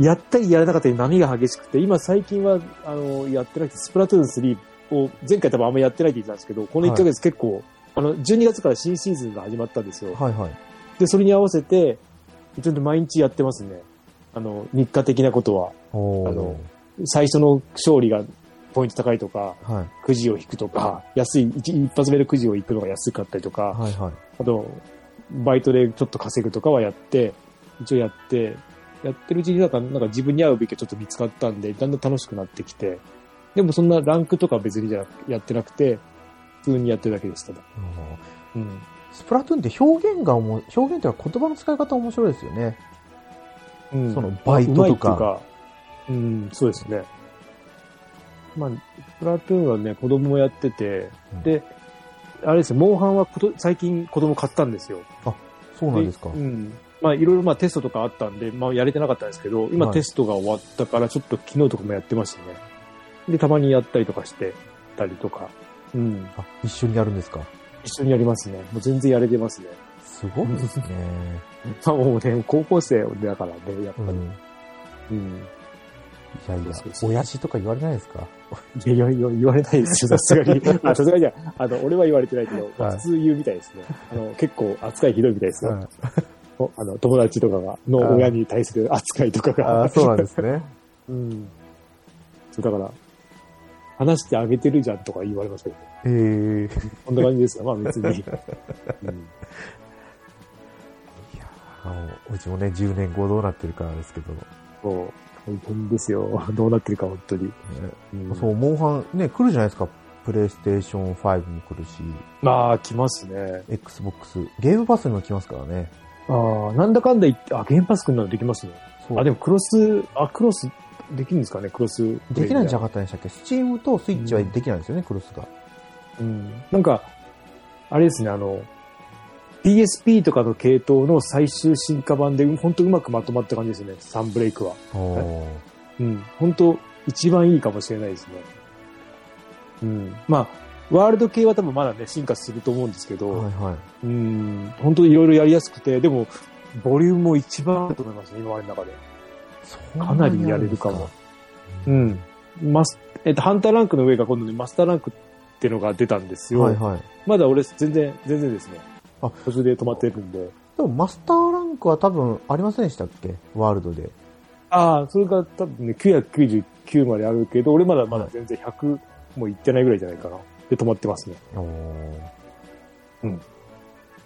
Speaker 2: やったりやらなかったり波が激しくて、今最近は、あの、やってなくて、スプラトゥーン3を、前回多分あんまやってないって言ってたんですけど、この1ヶ月結構、あの、12月から新シーズンが始まったんですよ。
Speaker 1: はいはい。
Speaker 2: で、それに合わせて、ちょっと毎日やってますね。あの、日課的なことは。
Speaker 1: お
Speaker 2: あ
Speaker 1: ー
Speaker 2: の。最初の勝利がポイント高いとか、
Speaker 1: はい。
Speaker 2: くじを引くとか、安い、一一発目のくじを引くのが安かったりとか、
Speaker 1: はいはい。
Speaker 2: あと、バイトでちょっと稼ぐとかはやって、一応やって、やってるうちになんかなんか自分に合うべきがちょっと見つかったんで、だんだん楽しくなってきて、でもそんなランクとかは別にじゃなくやってなくて、普通にやってるだけでしたね。
Speaker 1: あの
Speaker 2: うん。
Speaker 1: スプラトゥーンって表現がおも、表現というか言葉の使い方面白いですよね。
Speaker 2: うん、
Speaker 1: そのバイトとか
Speaker 2: うまいっていううん、そうですね。まあ、プラトゥーンはね、子供もやってて、
Speaker 1: うん
Speaker 2: で、あれですね、モンハンはこと最近子供買ったんですよ。
Speaker 1: そうなんですか。
Speaker 2: うん。まあ、いろいろまあテストとかあったんで、まあ、やれてなかったんですけど、今
Speaker 1: はい
Speaker 2: テストが終わったから、ちょっと昨日とかもやってましたね。で、たまにやったりとかしてたりとか。うん。
Speaker 1: あ、一緒にやるんですか。
Speaker 2: 一緒にやりますね。もう全然やれてますね。
Speaker 1: すごいですね。
Speaker 2: まあ、 *laughs* もうね、高校生だからね、やっぱ
Speaker 1: う
Speaker 2: り。
Speaker 1: ん。い
Speaker 2: うん。
Speaker 1: やいや
Speaker 2: そうそう、そう
Speaker 1: 親父とか言われないですか
Speaker 2: いやいやいや、言われないですよ、 *laughs* さすがに。あ、さすがにじゃないあの、俺は言われてないけど、まあ
Speaker 1: はい
Speaker 2: 普通言うみたいですね。あの、結構扱いひどいみたいですよ。
Speaker 1: うん
Speaker 2: おあの、友達とかが、の親に対する扱いとかが。
Speaker 1: ああ、そうなんですね。
Speaker 2: うん。そう、だから、話してあげてるじゃんとか言われましたけど、
Speaker 1: *laughs* えー、
Speaker 2: こんな感じですが、まあ別 *laughs* に。うん
Speaker 1: あのうちもね、10年後どうなってるかですけど、
Speaker 2: そう、大変ですよ。どうなってるか、本当に。うん
Speaker 1: そう、モンハンね、来るじゃないですか。プレイステーション5も来るし、
Speaker 2: まあ、来ますね。
Speaker 1: Xbox、ゲームパスにも来ますからね。
Speaker 2: ああ、なんだかんだ言って、あ、ゲームパスくんなのできますね。
Speaker 1: そう
Speaker 2: あ、でもクロス、あ、クロスできるんですかね、クロス。
Speaker 1: できないんじゃ
Speaker 2: ん。
Speaker 1: なかったんでしたっけスチームとスイッチはできないんですよね、クロスが。
Speaker 2: うん。なんか、あれですね、あの、PSP とかの系統の最終進化版で、うんほんとうまくまとまった感じですよね、サンブレイクは。
Speaker 1: お
Speaker 2: うん。ほんと、一番いいかもしれないですね。うん。まあ、ワールド系は多分まだね、進化すると思うんですけど、
Speaker 1: はいはい。
Speaker 2: うん、本当にいろいろやりやすくて、でも、ボリュームも一番あると思いますね、今までの中で。
Speaker 1: そん
Speaker 2: かなりやれるかも。
Speaker 1: う。
Speaker 2: うんん。マス、えっと、ハンターランクの上が今度ね、マスターランクってのが出たんですよ。
Speaker 1: はいはい。
Speaker 2: まだ俺、全然、全然ですね。
Speaker 1: あ
Speaker 2: 途中で止まってるんで。
Speaker 1: でもマスターランクは多分ありませんでしたっけワールドで。
Speaker 2: ああ、それが多分ね、999まであるけど、俺まだまだ全然100もいってないぐらいじゃないかな。で、止まってますね。
Speaker 1: おー
Speaker 2: うん。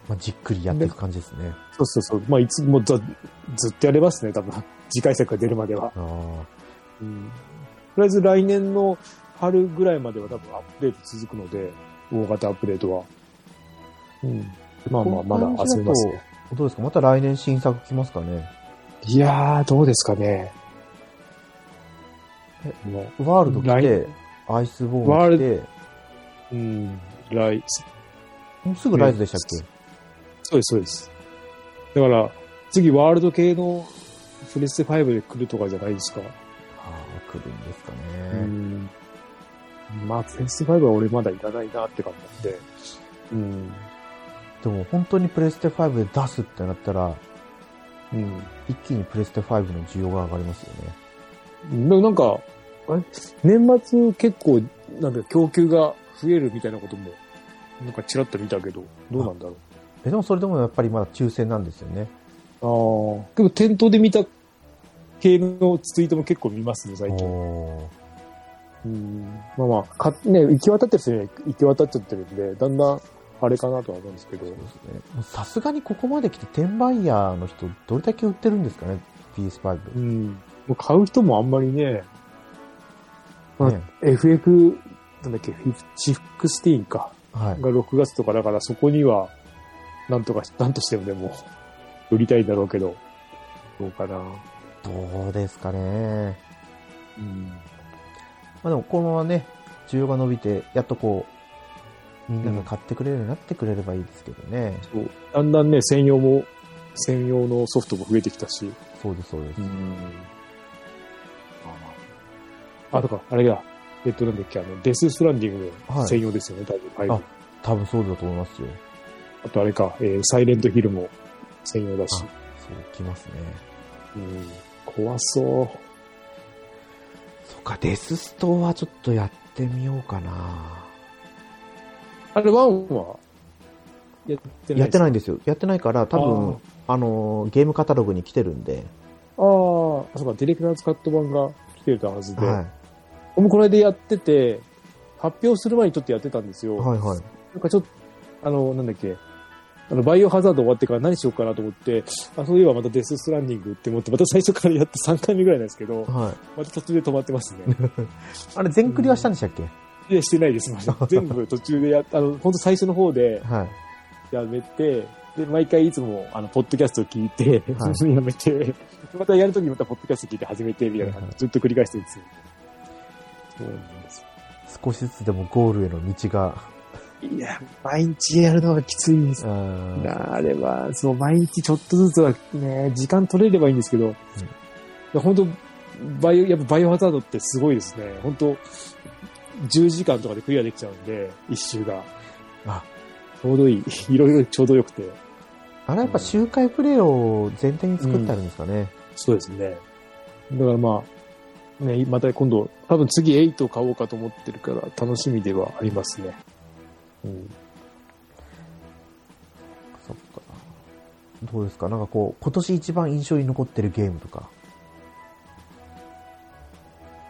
Speaker 1: まあ、じっくりやっていく感じですね。
Speaker 2: そうそうそう。まあ、いつもずずっとやれますね、多分。 *laughs* 次回作が出るまでは。
Speaker 1: あー
Speaker 2: うんとりあえず来年の春ぐらいまでは多分アップデート続くので、大型アップデートは。うん。まあまあ、まだ遊べますね。
Speaker 1: どうですかまた来年新作来ますかね
Speaker 2: いやー、どうですかね。も
Speaker 1: ワールド来て
Speaker 2: 来、
Speaker 1: アイスボーン来
Speaker 2: う、うん、来、
Speaker 1: て、すぐライズでしたっ
Speaker 2: そうです、そうです。だから、次ワールド系のプレステ5で来るとかじゃないですか。
Speaker 1: けああ、来るんですか
Speaker 2: う
Speaker 1: ね。
Speaker 2: ん。まあ、プレステ5は俺まだいらないなって感じなんで。うん。
Speaker 1: でも本当にプレステ5で出すってなったら、
Speaker 2: うん。
Speaker 1: 一気にプレステ5の需要が上がりますよね。
Speaker 2: でもなんか、あれ年末結構、なんか供給が増えるみたいなことも、なんかちらっと見たけど、どうなんだろ
Speaker 1: え、でもそれでもやっぱりまだ抽選なんですよね。
Speaker 2: う。ああ。でも店頭で見た系のツイートも結構見ますね、最近。
Speaker 1: おー
Speaker 2: うん。まあまあ、かね、行き渡ってる人には行き渡っちゃってるんで、だんだん、あれかなとは思うんですけど。
Speaker 1: そうですね。もうさすがにここまで来て転売ヤーの人、どれだけ売ってるんですかね ?PS5。
Speaker 2: うん。もう買う人もあんまりね、まあ
Speaker 1: ね
Speaker 2: FF、なんだっけ、16か。
Speaker 1: はい。
Speaker 2: が6月とかだからそこには、なんとかし、なんとしてもでも、売りたいんだろうけど、どうかな。
Speaker 1: どうですかね。
Speaker 2: うん。
Speaker 1: まあでもこのままね、需要が伸びて、やっとこう、みんなが買ってくれるようになってくれればいいですけどね。
Speaker 2: そうだんだんね、専用も、専用のソフトも増えてきたし。
Speaker 1: そうです、そうです。
Speaker 2: ん。あ、とか、あれだ。えっと、なんだっけ、あの、デスストランディング
Speaker 1: は
Speaker 2: の
Speaker 1: い
Speaker 2: 専用ですよね、多分。はい
Speaker 1: あ多分そうだと思いますよ。
Speaker 2: あとあれか、えーサイレントヒルも専用だし
Speaker 1: あ。そう、きますね。
Speaker 2: うん。怖そう。
Speaker 1: そっか、デスストはちょっとやってみようかな。
Speaker 2: あれ、ワンはやってない。
Speaker 1: やってないいんですよ。やってないから、多分、あのー、ゲームカタログに来てるんで、
Speaker 2: あーあ、そうか、ディレクターズカット版が来てたはずで、
Speaker 1: は
Speaker 2: 僕もこの間やってて、発表する前にちょっとやってたんですよ。
Speaker 1: い。はいはい。
Speaker 2: なんかちょっと、あの、なんだっけ、あの、バイオハザード終わってから何しようかなと思って、あ、そういえばまたデスストランディングって思って、また最初からやって3回目ぐらいなんですけど、
Speaker 1: はい。
Speaker 2: また途中で止まってます
Speaker 1: *laughs*
Speaker 2: ね。
Speaker 1: あれ、全クリはしたんでしたっけ、
Speaker 2: いや、してないです、まだ。全部途中でやっ、あの、本当最初の方で
Speaker 1: はい。
Speaker 2: やめて、で、毎回いつも、あの、ポッドキャストを聞いて、
Speaker 1: は
Speaker 2: *laughs* やめて、またやるときにまたポッドキャスト聞いて始めて、みたいな感じでずっと繰り返してるんですよ。そうなんですよ
Speaker 1: 少しずつでもゴールへの道が。
Speaker 2: いや、毎日やるのがきついです
Speaker 1: う。ん
Speaker 2: なあれは、そう、毎日ちょっとずつはね、時間取れればいいんですけど、いや本当バイオ、やっぱバイオハザードってすごいですね。本当10時間とかでクリアできちゃうんで、一周が。
Speaker 1: あ
Speaker 2: ちょうどいい。 *laughs* いろいろちょうどよくて。
Speaker 1: あれやっぱ周回プレイを前提に作ってあるんですかね。
Speaker 2: そうですね。だからまあ、ね、また今度、多分次8を買おうかと思ってるから、楽しみではありますね。うん。
Speaker 1: そっか。どうですかなんかこう、今年一番印象に残ってるゲームとか。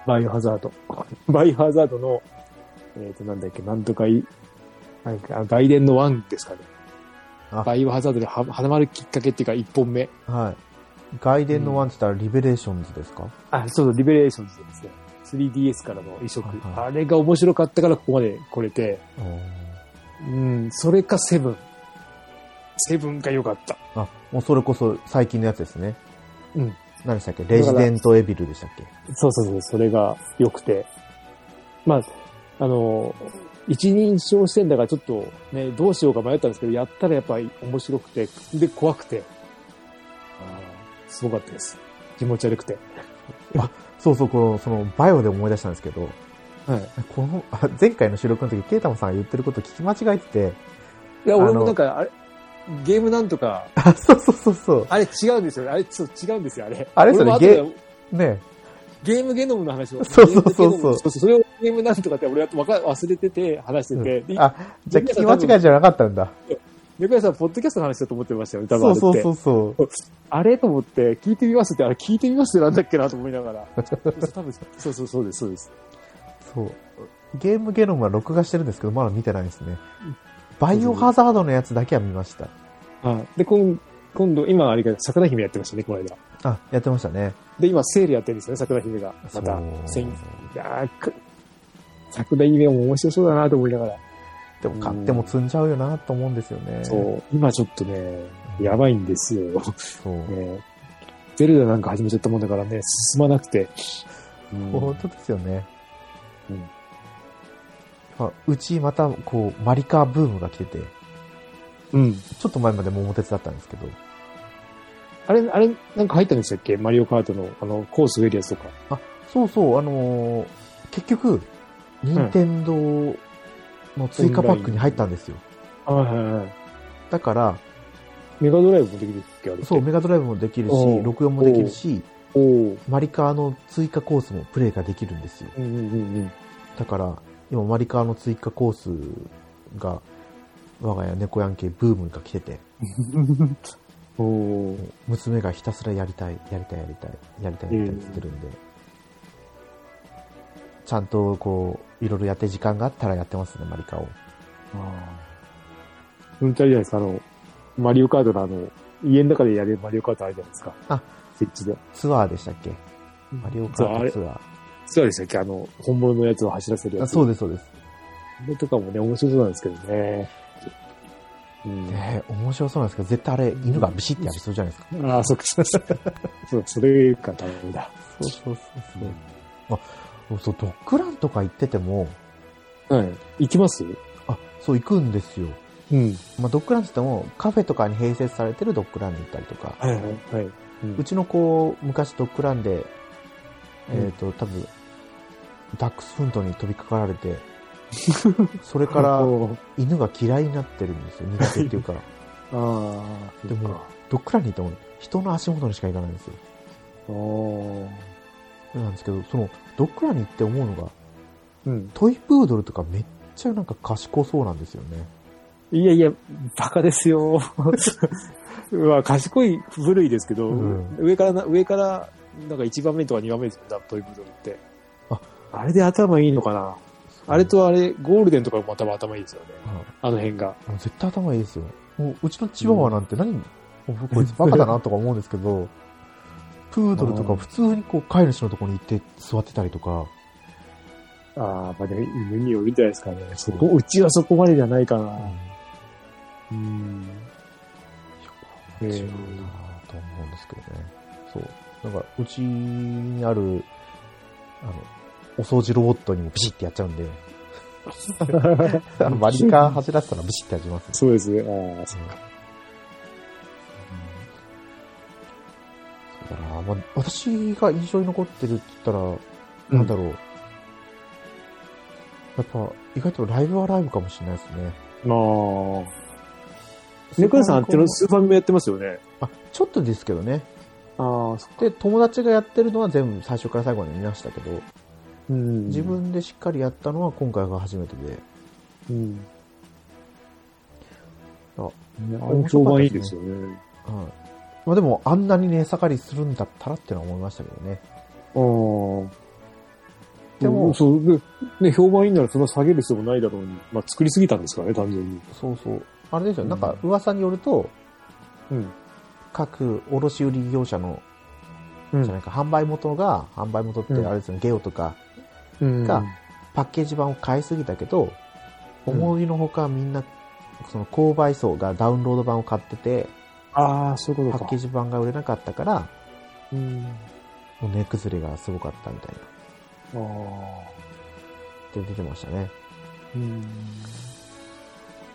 Speaker 2: バイオハザード。 *laughs* バイオハザードの、えっ、と、なんだっけ、なんとかい、なんか、あ外伝のワンですかね
Speaker 1: あ。
Speaker 2: バイオハザードでははまるきっかけっていうか、一本目。
Speaker 1: はい。外伝のワンって言ったらリベレーションズですか、
Speaker 2: あ、そうそう、リベレーションズですね。3DS からの移植。
Speaker 1: はいはい
Speaker 2: あれが面白かったからここまで来れて、
Speaker 1: おー
Speaker 2: うん、それかセブン。セブンが良かった。
Speaker 1: あ、もうそれこそ最近のやつですね。
Speaker 2: うん。
Speaker 1: 何でしたっけレジデントエビルでしたっけ
Speaker 2: そうそうそう、それが良くて。まあ、あの、一人称視点だからちょっとね、どうしようか迷ったんですけど、やったらやっぱり面白くて、で、怖くて、あーすごかったです。気持ち悪くて。
Speaker 1: そうそう、この、その、バイオで思い出したんですけど、
Speaker 2: はい。
Speaker 1: この、あ前回の収録の時、ケイタマさんが言ってること聞き間違えてて、
Speaker 2: いや、
Speaker 1: あの
Speaker 2: 俺もなんか、あれ、ゲームなん
Speaker 1: *laughs*
Speaker 2: とか、
Speaker 1: あ、そうそうそうそう。
Speaker 2: あれ違うんですよね。あれ、そう、違うんですよ、あれ。
Speaker 1: あれそれ
Speaker 2: 俺も後で
Speaker 1: ね
Speaker 2: ゲームゲノムの話を。
Speaker 1: そうそうそうそう
Speaker 2: ゲームゲノムそうそれをゲームなんとかって俺はわか忘れてて話してて、
Speaker 1: う
Speaker 2: で
Speaker 1: んあ、じゃあ聞き間違いじゃなかったんだ。
Speaker 2: 猫屋さん、ポッドキャストの話だと思ってましたよね、多分あ
Speaker 1: そ
Speaker 2: れ
Speaker 1: う
Speaker 2: って。
Speaker 1: そうそうそう。
Speaker 2: あれと思って、聞いてみますって、あれ聞いてみますってなんだっけなと思いながら。多分そうそうそうです、そうです。
Speaker 1: そう。ゲームゲノムは録画してるんですけど、まだ見てないですね。バイオハザードのやつだけは見ました。
Speaker 2: はい。で、今今度、今あれが桜姫やってましたね、この間。
Speaker 1: あ、やってましたね。
Speaker 2: で、今、セールやってるんですよね、桜姫が。
Speaker 1: そ
Speaker 2: また、
Speaker 1: う
Speaker 2: 先いやーく桜姫も面白そうだなと思いながら。
Speaker 1: でも買っても積んじゃうよなと思うんですよね。
Speaker 2: そう。今ちょっとね、やばいんですよ。
Speaker 1: そう。
Speaker 2: ね、ゼルダなんか始めちゃったもんだからね、進まなくて。うん
Speaker 1: 本当ですよね。
Speaker 2: うん
Speaker 1: まあうちまた、こう、マリカーブームが来てて、
Speaker 2: うん。
Speaker 1: ちょっと前まで桃鉄だったんですけど、
Speaker 2: あれ、あれ、なんか入ったんでしたっけマリオカートの、あの、コースウェリアスとか。
Speaker 1: そうそう、あのー結局、任天堂の追加パックに入ったんですよ。
Speaker 2: はいはいはい。
Speaker 1: だから、
Speaker 2: メガドライブもできるっけあれ。
Speaker 1: そう、メガドライブもできるし、
Speaker 2: おう
Speaker 1: 64もできるし、
Speaker 2: おお。
Speaker 1: マリカーの追加コースもプレイができるんですよ。
Speaker 2: うんうんうん
Speaker 1: だから、今、マリカーの追加コースが、我が家猫やんけブームが来てて、
Speaker 2: うん。おお。
Speaker 1: 娘がひたすらやりたい、やりたい、やりたい、やりたい、やりたいって言ってるんで、ちゃんとこう、いろいろやって時間があったらやってますね、マリカを。
Speaker 2: ああ。うんとあれじゃないですか、あの、マリオカートのあの、家の中でやれるマリオカートあるじゃないですか。
Speaker 1: あ、
Speaker 2: 設置で。
Speaker 1: ツアーでしたっけマリオカ
Speaker 2: そうあ
Speaker 1: ー
Speaker 2: れ
Speaker 1: トツア
Speaker 2: そうでしたっけあの、本物のやつを走らせる
Speaker 1: ー。
Speaker 2: や
Speaker 1: あ
Speaker 2: つ。
Speaker 1: そうです、そうです。
Speaker 2: あれとかもね、面白そうなんですけどね。うん。
Speaker 1: ねえ面白そうなんですけど、絶対あれ、犬がビシってやりそうじゃないですか。
Speaker 2: ああ、そっか、そっか。そう、それが大変だ。
Speaker 1: そうそうそうそう。そう、ドッグランとか行ってても、
Speaker 2: はい。行きます
Speaker 1: あ、そう、行くんですよ。
Speaker 2: うん。
Speaker 1: まあ、ドッグランって言っても、カフェとかに併設されてるドッグランに行ったりとか、
Speaker 2: はいはいはい。うん
Speaker 1: うちの子、昔ドッグランで、えっ、と、多分、ダックスフントに飛びかかられて、それから
Speaker 2: おー
Speaker 1: 犬が嫌いになってるんですよ、苦手って *laughs* いうから。
Speaker 2: ああ、
Speaker 1: で
Speaker 2: そっ
Speaker 1: も
Speaker 2: か、
Speaker 1: ドッグランに行っても人の足元にしか行かないんですよ。
Speaker 2: おー
Speaker 1: なんですけど、その、ドッグランに行って思うのが、
Speaker 2: うん。
Speaker 1: トイプードルとかめっちゃなんか賢そうなんですよね。
Speaker 2: いやいや、バカですよ。 *laughs* うわ、賢い古いですけど、
Speaker 1: うん
Speaker 2: 上からな、上から、なんか1番目とか2番目ですよ、ダットイブドルって。
Speaker 1: あ
Speaker 2: あれで頭いいのかなあれ、とあれ、ゴールデンとかも頭頭いいですよね。
Speaker 1: うん
Speaker 2: あの辺が。
Speaker 1: あの絶対頭いいですよ。もう、うちのチワワなんて何、もうこいつバカだなとか思うんですけど、プードルとか普通にこう飼い主のところに行って座ってたりとか、
Speaker 2: ああ、まあでも犬によるんじゃないですかね。そこ、うちはそこまでじゃないかな。
Speaker 1: うん、いやこ
Speaker 2: うん。
Speaker 1: れは違うなと思うんですけどね。そう。なんか、うちにある、あの、お掃除ロボットにもビシッてやっちゃ *laughs* うんで、あのマリカー走らせたらビシッてやりますね。
Speaker 2: *laughs* そうですね。ああ、そっか。
Speaker 1: だから、まあ、私が印象に残ってるって言ったら、なんだろう。やっぱ、意外とライブはライブかもしれないですね。
Speaker 2: まあ。猫屋さんあってのスーファミもやってますよね。
Speaker 1: あ、ちょっとですけどね。
Speaker 2: ああ、そっか。
Speaker 1: で、友達がやってるのは全部最初から最後まで見ましたけど、
Speaker 2: うん。
Speaker 1: 自分でしっかりやったのは今回が初めてで。
Speaker 2: うん。
Speaker 1: あ
Speaker 2: あれ評判いいですよね。
Speaker 1: はい。まあでも、あんなに値下がりするんだったらってのは思いましたけどね。
Speaker 2: ああ。
Speaker 1: ても、
Speaker 2: うんそうでね、評判いいならそんな下げる必要もないだろうに、まあ、作りすぎたんですからね、単純に。
Speaker 1: そうそう。あれですよ、
Speaker 2: うん
Speaker 1: なんか噂によると、
Speaker 2: うん。
Speaker 1: 各卸売業者の、
Speaker 2: うん
Speaker 1: じゃないか、販売元が、販売元ってあれですよね、ゲオとか、
Speaker 2: うん
Speaker 1: がパッケージ版を買いすぎたけど、
Speaker 2: うん
Speaker 1: 思いのほかみんな、その購買層がダウンロード版を買ってて、
Speaker 2: ああ、そういう
Speaker 1: パ
Speaker 2: ことか。
Speaker 1: ッケージ版が売れなかったから、
Speaker 2: うん。
Speaker 1: もう値崩れがすごかったみたいな、
Speaker 2: ああ。
Speaker 1: って出てましたね。
Speaker 2: うん。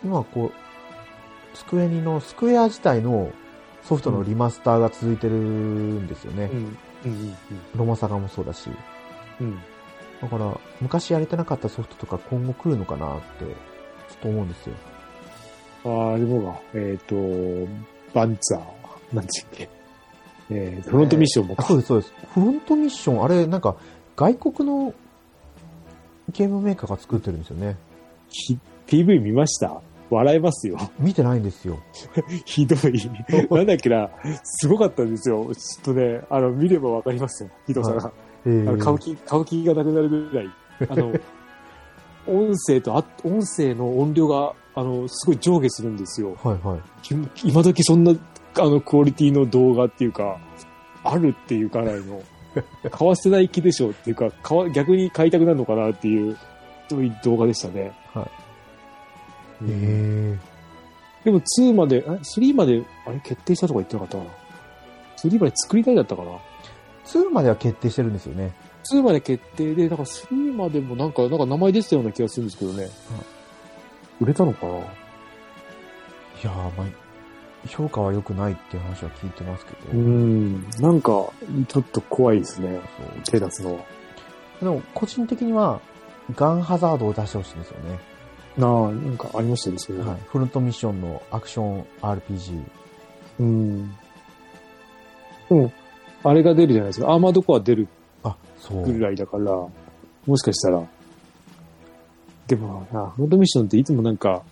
Speaker 1: 今こう、スクエニの、スクエア自体のソフトのリマスターが続いてるんですよね。
Speaker 2: うん。うん。
Speaker 1: ロマサガもそうだし。
Speaker 2: うん。
Speaker 1: だから、昔やれてなかったソフトとか今後来るのかなって、ちょっと思うんですよ。
Speaker 2: ああ、でもが、えっ、と、バンツァー、なんちっけ。えー、フロントミッションも
Speaker 1: あ
Speaker 2: か。
Speaker 1: そうです、そうです。フロントミッション、あれ、なんか、外国のゲームメーカーが作ってるんですよね。
Speaker 2: ひ PV 見ました笑えますよ。 *laughs*
Speaker 1: 見てないんですよ。
Speaker 2: ひど *laughs* い。なんだっけな、すごかったんですよ。ちょっとね、あの、見ればわかりますよ。ひどさが。
Speaker 1: えー
Speaker 2: あの買う気、買う気がなくなるぐらい。あの、音声と、あ音声の音量が、あの、すごい上下するんですよ。
Speaker 1: はいはい。
Speaker 2: き今時そんな、あの、クオリティの動画っていうか、あるっていうかないの。買わせない気でしょっていうか、買わ逆に買いたくなるのかなっていう、そういう動画でしたね。
Speaker 1: は
Speaker 2: う
Speaker 1: い。え
Speaker 2: ん
Speaker 1: ー、
Speaker 2: でも2まで、え ?3 まで、あれ決定したとか言ってなかったかな ?3 まで作りたいだったかな
Speaker 1: 2までは決定してるんですよね。
Speaker 2: 2まで決定で、なんか3までもなんか、なんか名前出てたような気がするんですけどね。売れたのかない
Speaker 1: やー、まあ、評価は良くないっていう話は聞いてますけど。
Speaker 2: ん。なんか、ちょっと怖いですね。
Speaker 1: そう
Speaker 2: 手出すのは。
Speaker 1: でも、個人的には、ガンハザードを出してほしいんですよね。
Speaker 2: なあ、なんかありましたね、それ
Speaker 1: はい。フロントミッションのアクション RPG。
Speaker 2: うん。でも、あれが出るじゃないですか。アーマードコア出る
Speaker 1: あ、そう。
Speaker 2: ぐらいだから、もしかしたら。でもな、フロントミッションっていつもなんか、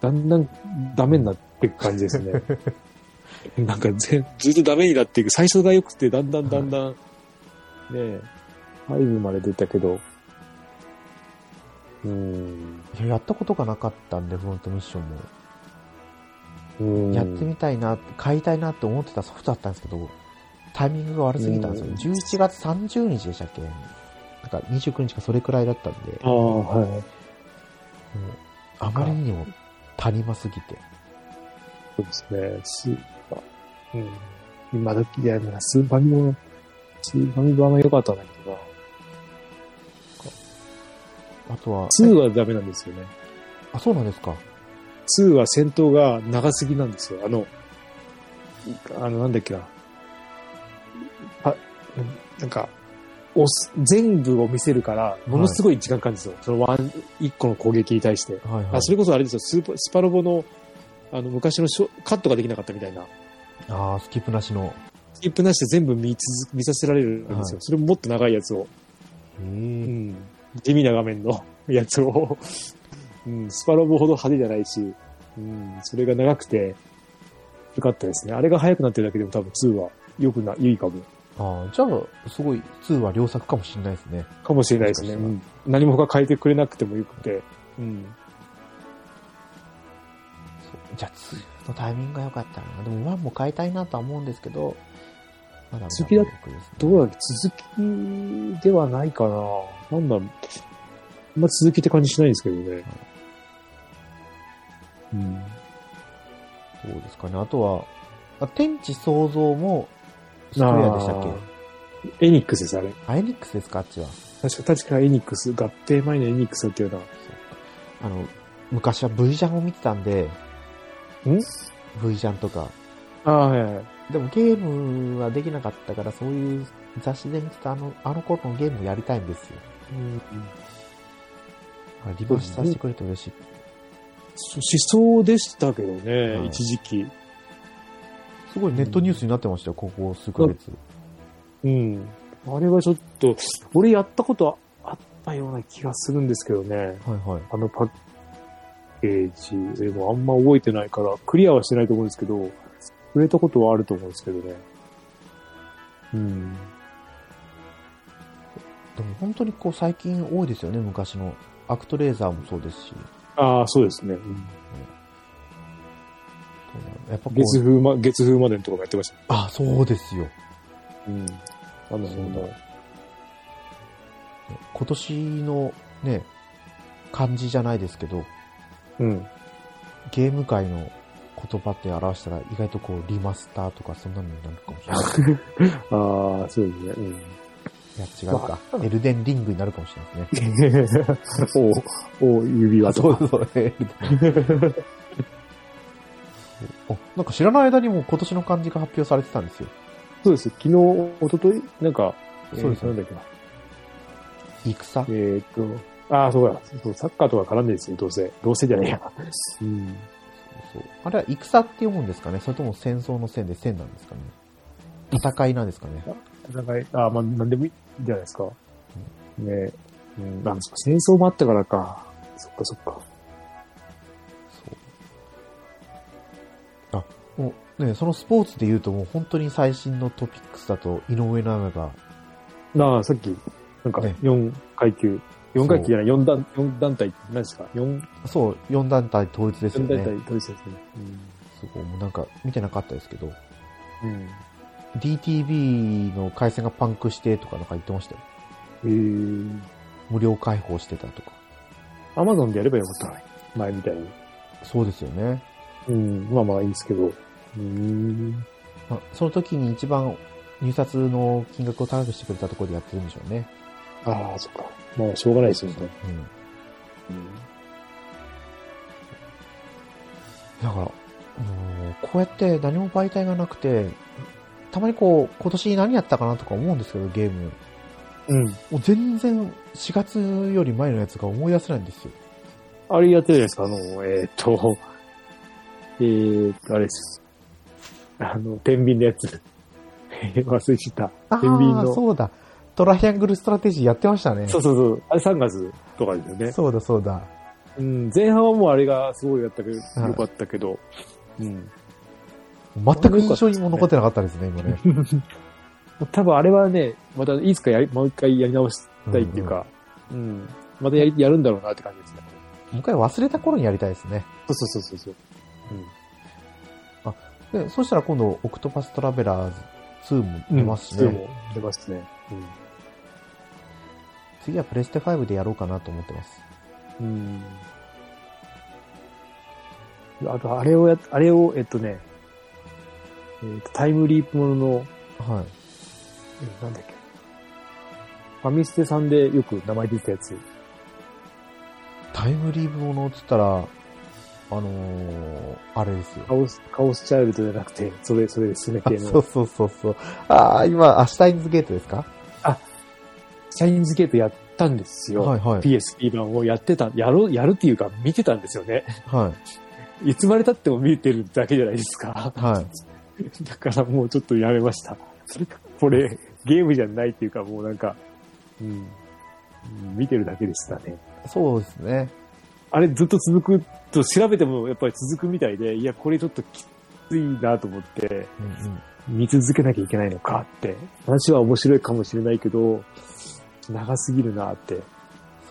Speaker 2: だんだんダメになっていく感じです
Speaker 1: *laughs*
Speaker 2: ね。なんかぜずっとダメになっていく。最初が良くて、だんだんだんだん、ねえ、5まで出たけど、うーん。
Speaker 1: いや、やったことがなかったんで、フロントミッションも。
Speaker 2: うーん
Speaker 1: やってみたいな、買いたいなって思ってたソフトだったんですけど、タイミングが悪すぎたんですよね。
Speaker 2: うん
Speaker 1: 11月30日でしたっけなんか29日かそれくらいだったんで、
Speaker 2: あ
Speaker 1: もう
Speaker 2: あ、はい。
Speaker 1: あまりにも足りますぎて。
Speaker 2: そうですね。スーパー。うん。今時いや、でもなスーパーミも、スーパーミもあんま良かったんだけどな。
Speaker 1: あとは、
Speaker 2: 2はダメなんですよね。
Speaker 1: あ、そうなんですか。
Speaker 2: 2は戦闘が長すぎなんですよ。あの、あの、なんだっけな。あ、なんか、押す、全部を見せるから、ものすごい時間かかるんですよ。そのワン、一個の攻撃に対して。
Speaker 1: はいはい。
Speaker 2: あ、それこそあれですよ、スーパースパロボの、あの、昔のショカットができなかったみたいな。
Speaker 1: あースキップなしの。
Speaker 2: スキップなしで全部見続見させられるんですよ。
Speaker 1: はい
Speaker 2: それももっと長いやつを。
Speaker 1: うん
Speaker 2: 地味な画面の *laughs* やつを、うん、スパロボほど派手じゃないし、うん、それが長くて、よかったですね。あれが速くなってるだけでも多分2は良くな、良いかも。
Speaker 1: あーじゃあ、すごい、2は良作かもしれないですね。
Speaker 2: かもしれないです
Speaker 1: も
Speaker 2: ね。
Speaker 1: しか
Speaker 2: うん何も他変えてくれなくてもよくて。うん。
Speaker 1: そうじゃあ、2のタイミングが良かったな。でも、1も買いたいなとは思うんですけど、まだまだ
Speaker 2: 好きだ
Speaker 1: 魅力ですね
Speaker 2: どうだろう続きではないかな。なんだ、あんま続きって感じしないんですけどね。うん。
Speaker 1: どうですかね。あとは、あ天地創造も、スクエアでしたっけ
Speaker 2: けエニックスです、あれ。
Speaker 1: アイニックスですかあっちは。
Speaker 2: 確か、確かエニックス、合併前のエニックスだったよう
Speaker 1: あ
Speaker 2: な。
Speaker 1: の、昔は V ジャンを見てたんで、
Speaker 2: ん
Speaker 1: ?V ジャンとか。
Speaker 2: ああ、はいはい。
Speaker 1: でもゲームはできなかったから、そういう雑誌で見てたあの、あの頃のゲームをやりたいんですよ。
Speaker 2: うん
Speaker 1: あリバースさせてくれて嬉しい。
Speaker 2: そしそうでしたけどね、
Speaker 1: はい
Speaker 2: 一時期。
Speaker 1: すごいネットニュースになってましたよ、ここ数ヶ月。
Speaker 2: うん。あれはちょっと、俺やったことあったような気がするんですけどね。
Speaker 1: はいはい。
Speaker 2: あのパッケージ、でもあんま覚えてないから、クリアはしてないと思うんですけど、触れたことはあると思うんですけどね。うん。
Speaker 1: でも本当にこう最近多いですよね、昔の。アクトレーザーもそうですし。
Speaker 2: ああ、そうですね。うん
Speaker 1: やっぱこ
Speaker 2: 月
Speaker 1: う、
Speaker 2: 風ま、月風までのとこもやってましたね。
Speaker 1: あ、そうですよ。
Speaker 2: うん。あの、
Speaker 1: そ
Speaker 2: そうう
Speaker 1: だ今年のね、漢字じゃないですけど、
Speaker 2: うん。
Speaker 1: ゲーム界の言葉って表したら意外とこうリマスターとかそんなのになるかもしれない。
Speaker 2: ああ、そうですね。う
Speaker 1: い
Speaker 2: ん。
Speaker 1: や、違うか。エルデンリングになるかもしれないですね。
Speaker 2: *laughs* お、お、指輪とか。
Speaker 1: そう、エルデン。
Speaker 2: *laughs*
Speaker 1: あ、なんか知らない間にもう今年の漢字が発表されてたんですよ。
Speaker 2: そうです。昨日、一昨日なんか、
Speaker 1: そうです
Speaker 2: えーなんだっけな。
Speaker 1: 戦
Speaker 2: えーっと、ああ、そうだ。そうサッカーとか絡んでるんですよ、どうせ。どうせじゃねえや。うん。
Speaker 1: そうあれは戦って読むんですかねそれとも戦争の戦で戦なんですかね戦いなんですかね
Speaker 2: 戦い、ああ、まあ、なんでもいいんじゃないですか。ねうん、あ、そっか戦争もあったからか。そっかそっか。
Speaker 1: そう。あ、もうね、そのスポーツで言うともう本当に最新のトピックスだと井上尚弥が、
Speaker 2: なあ、さっき、なんか
Speaker 1: ね、
Speaker 2: 4階級。4階級じゃない、4団、四団体、何ですか ?4、
Speaker 1: そう、4団体統一ですよ
Speaker 2: 四
Speaker 1: ね。
Speaker 2: 団体、どうですね。
Speaker 1: すごい、もうなんか見てなかったですけど、
Speaker 2: うん。うん
Speaker 1: DTV の回線がパンクしてとかなんか言ってましたよ。
Speaker 2: えー、
Speaker 1: 無料開放してたとか。
Speaker 2: アマゾンでやればよかったのに。前みたいに。
Speaker 1: そうですよね。
Speaker 2: うん、まあまあいいんですけど。うーん。
Speaker 1: まあ、その時に一番入札の金額を高くしてくれたところでやってるんでしょうね。
Speaker 2: ああ、そっか。まあ、しょうがないですよね。
Speaker 1: うん。
Speaker 2: うん
Speaker 1: だから、もうこうやって何も媒体がなくて、たまにこう、今年何やったかなとか思うんですけど、ゲーム。
Speaker 2: うん。
Speaker 1: もう全然4月より前のやつが思い出せないんですよ。
Speaker 2: あれやってるじゃないですか、あの、えーっと、えーっと、あれです。あの、天秤のやつ。 *laughs* えー忘れちゃっ
Speaker 1: あ
Speaker 2: た。天秤
Speaker 1: あ、
Speaker 2: の。
Speaker 1: そうだ。トライアングルストラテジーやってましたね。
Speaker 2: そうそうそう。あれ3月とかですよね。
Speaker 1: そうだ、そうだ。
Speaker 2: うん、前半はもうあれがすごいだったけど、
Speaker 1: はい
Speaker 2: よかったけど、うん。
Speaker 1: 全く印象にも残ってなかったですね、今ね。 *laughs*
Speaker 2: 多分あれはね、またいつかやり、もう一回やり直したいっていうか、うん、またやりやるんだろうなって感じですね。
Speaker 1: もう一回忘れた頃にやりたいですね。
Speaker 2: そうそうそうそう。
Speaker 1: で、そしたら今度、オクトパストラベラーズ2も
Speaker 2: うん。
Speaker 1: 出ますしね。
Speaker 2: うんそう出ますね。
Speaker 1: 次はプレステ5でやろうかなと思ってます。
Speaker 2: うん。うん。あと、あれをや、あれを、えっとね、えっと、タイムリープもの
Speaker 1: は
Speaker 2: の、
Speaker 1: い。
Speaker 2: えなんだっけ。ファミステさんでよく名前出てたやつ。
Speaker 1: タイムリープものっつったら、あのー、あれですよ。
Speaker 2: カオス、カオスチャイルドじゃなくて、それ、それですね
Speaker 1: あ
Speaker 2: 系の。
Speaker 1: そうそうそうそう。ああ、今、アシュタインズゲートですか
Speaker 2: シャインズゲートやったんですよ。
Speaker 1: はいはい。
Speaker 2: PSP 版をやってた、やろう、やるっていうか見てたんですよね。
Speaker 1: はい
Speaker 2: つまで経っても見てるだけじゃないですか
Speaker 1: い。。はい。
Speaker 2: *laughs* だからもうちょっとやめました。これ、ゲームじゃないっていうかもうなんか、うん、うん見てるだけでしたね。
Speaker 1: そうですね。
Speaker 2: あれずっと続くと調べてもやっぱり続くみたいで、いや、これちょっときついなと思って、
Speaker 1: うんうん。
Speaker 2: 見続けなきゃいけないのかって。話は面白いかもしれないけど、長すぎるなって。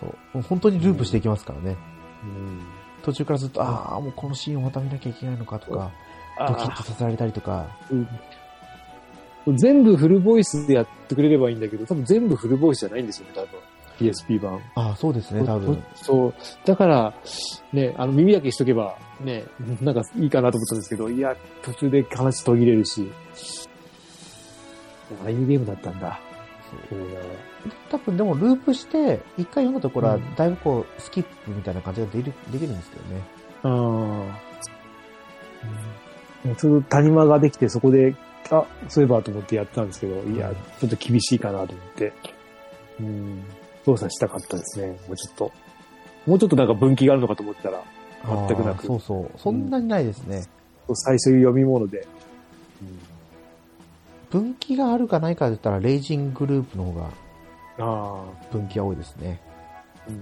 Speaker 1: そう。もう本当にループしていきますからね。
Speaker 2: うん。
Speaker 1: 途中からずっと、ああ、もうこのシーンをまた見なきゃいけないのかとか、ドキッとさせられたりとか。
Speaker 2: うん全部フルボイスでやってくれればいいんだけど、多分全部フルボイスじゃないんですよね、多分。PSP 版。
Speaker 1: ああ、そうですね、多分。
Speaker 2: そう。だから、ね、あの、耳だけしとけば、ね、なんかいいかなと思ったんですけど、いや、途中で話途切れるし。ああいうゲームだったんだ。
Speaker 1: そう
Speaker 2: うん
Speaker 1: 多分でもループして、一回読むところは
Speaker 2: う、ん
Speaker 1: だいぶこう、スキップみたいな感じができるできるんですけどね。
Speaker 2: ああ。ちょうど谷間ができて、そこで、あ、そういえばと思ってやってたんですけど、いや、ちょっと厳しいかなと思って、うん、操作したかったですね、もうちょっと。もうちょっとなんか分岐があるのかと思ったら、全く
Speaker 1: あ
Speaker 2: なく
Speaker 1: ーそうそう。そんなにないですね。
Speaker 2: 最初読み物で。
Speaker 1: 分岐があるかないかで言ったら、レイジングループの方が
Speaker 2: ああ、
Speaker 1: 分岐が多いですね。
Speaker 2: うん。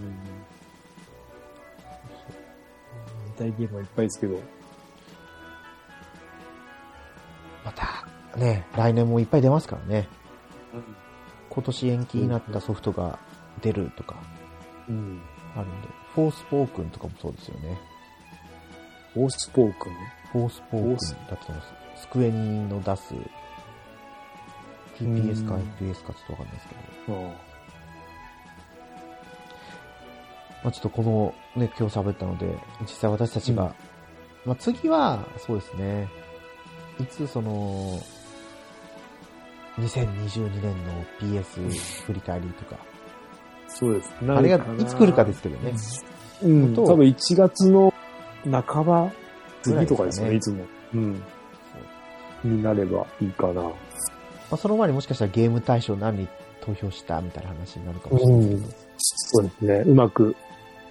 Speaker 2: 大ゲームはいっぱいですけど。
Speaker 1: また、ね、来年もいっぱい出ますからね。こ今年延期になったソフトが出るとか
Speaker 2: うん。
Speaker 1: あるんで、フォースポークンとかもそうですよね。
Speaker 2: オースポークン。
Speaker 1: フォースポークン
Speaker 2: フォ
Speaker 1: だ
Speaker 2: ース
Speaker 1: ったと思います。スクエニの出す、TPS か FPS かちょっとわかん
Speaker 2: うん
Speaker 1: ないですけど、
Speaker 2: あ
Speaker 1: まあ、ちょっとこのね、今日喋ったので、実際私たちが、まあ次は、そうですね、いつその、2022年の PS 振り返りとか、
Speaker 2: あそうです。。
Speaker 1: あれがいつ来るかですすけどね。
Speaker 2: うん。
Speaker 1: と
Speaker 2: 多分1月の半ば
Speaker 1: ぐらいで
Speaker 2: 次
Speaker 1: す
Speaker 2: と
Speaker 1: か
Speaker 2: か
Speaker 1: ね
Speaker 2: ですね、いつも。うん。になればいいかな。
Speaker 1: まあ、その前にもしかしたらゲーム対象何に投票したみたいな話になるかもしれないですけど、
Speaker 2: そうですね。うまく、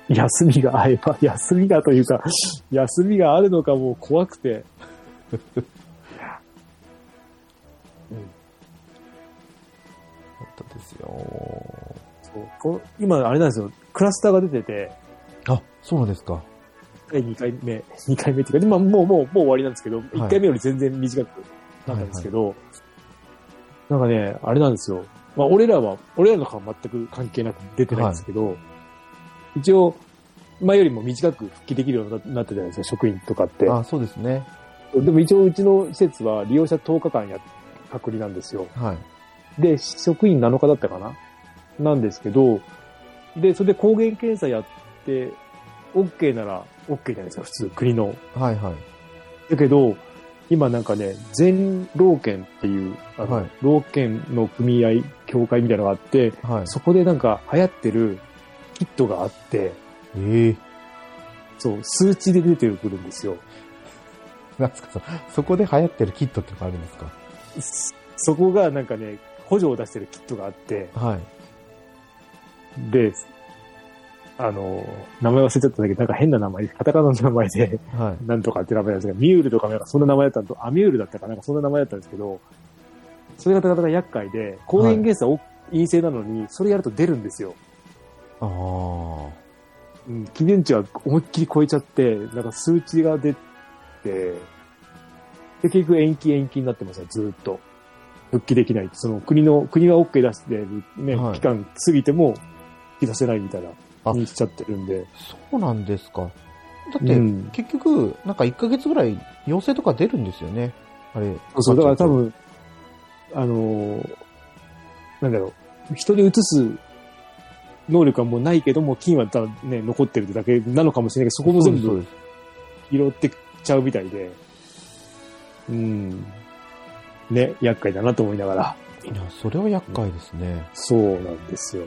Speaker 2: 休みが合えば、 *laughs* 休みがというか、休みがあるのかもう怖くて。うん、
Speaker 1: 本当ですよ。
Speaker 2: そうこ今、あれなんですよ。クラスターが出てて、
Speaker 1: あ、そうなんですか。
Speaker 2: 第2回目、2回 *laughs* 目っていうか、でまあ、もう、もう、もう終わりなんですけど、1回目より全然短くなったんですけど、なんかね、あれなんですよ。まあ、俺らは、俺らの班は全く関係なく出てないんですけど、一応、前よりも短く復帰できるようにななったじゃないですか、職員とかって。
Speaker 1: あ、そうですね。
Speaker 2: でも一応、うちの施設は利用者10日間や、隔離なんですよ。
Speaker 1: はい。
Speaker 2: で、職員7日だったかななんですけど、で、それで抗原検査やって、OK なら OK じゃないですか、普通、国の
Speaker 1: はいはい。
Speaker 2: だけど、今なんかね、全労研っていう、あの、
Speaker 1: はい
Speaker 2: 労研の組合、協会みたいなのがあって、
Speaker 1: はい。
Speaker 2: そこでなんか流行ってるキットがあって、
Speaker 1: *laughs* ええ
Speaker 2: そう、数値で出てくるんですよ。
Speaker 1: なんですかそ、そこで流行ってるキットってのがあるんですか
Speaker 2: そそこがなんかね、補助を出してるキットがあって、
Speaker 1: はい。
Speaker 2: で、あの、名前忘れちゃったんだけど、なんか変な名前、カタカナの名前で、
Speaker 1: はい。
Speaker 2: なんとかって名前なんですが、ミュールとかなんかそんな名前だったのと、アミュールだったかなんかそんな名前だったんですけど、それがなかなか厄介で、抗原検査を陰性なのに、それやると出るんですよ。
Speaker 1: ああ。
Speaker 2: うん、基準値は思いっきり超えちゃって、なんか数値が出て、で、結局延期延期になってますよ、ずーっと。復帰できない。その国の、国は OK 出してる、ね、
Speaker 1: はい
Speaker 2: 期間過ぎても、復帰出せないみたい
Speaker 1: あ
Speaker 2: な、にしちゃってるんで。
Speaker 1: そうなんですか。だって、
Speaker 2: うん。
Speaker 1: 結局、なんか1ヶ月ぐらい陽性とか出るんですよね。あれ。
Speaker 2: そう、だから多
Speaker 1: ま
Speaker 2: 分、あのーなんだろう、人に移す能力はもうないけども、菌はただね、残ってるってだけなのかもしれないけど、そこ
Speaker 1: あ、
Speaker 2: も
Speaker 1: そうで
Speaker 2: 全
Speaker 1: すそう
Speaker 2: 部
Speaker 1: です。
Speaker 2: 拾ってっちゃうみたいで、うん。ね、厄介だなと思いながら。
Speaker 1: いや、それは厄介ですね。
Speaker 2: そうなんですよ。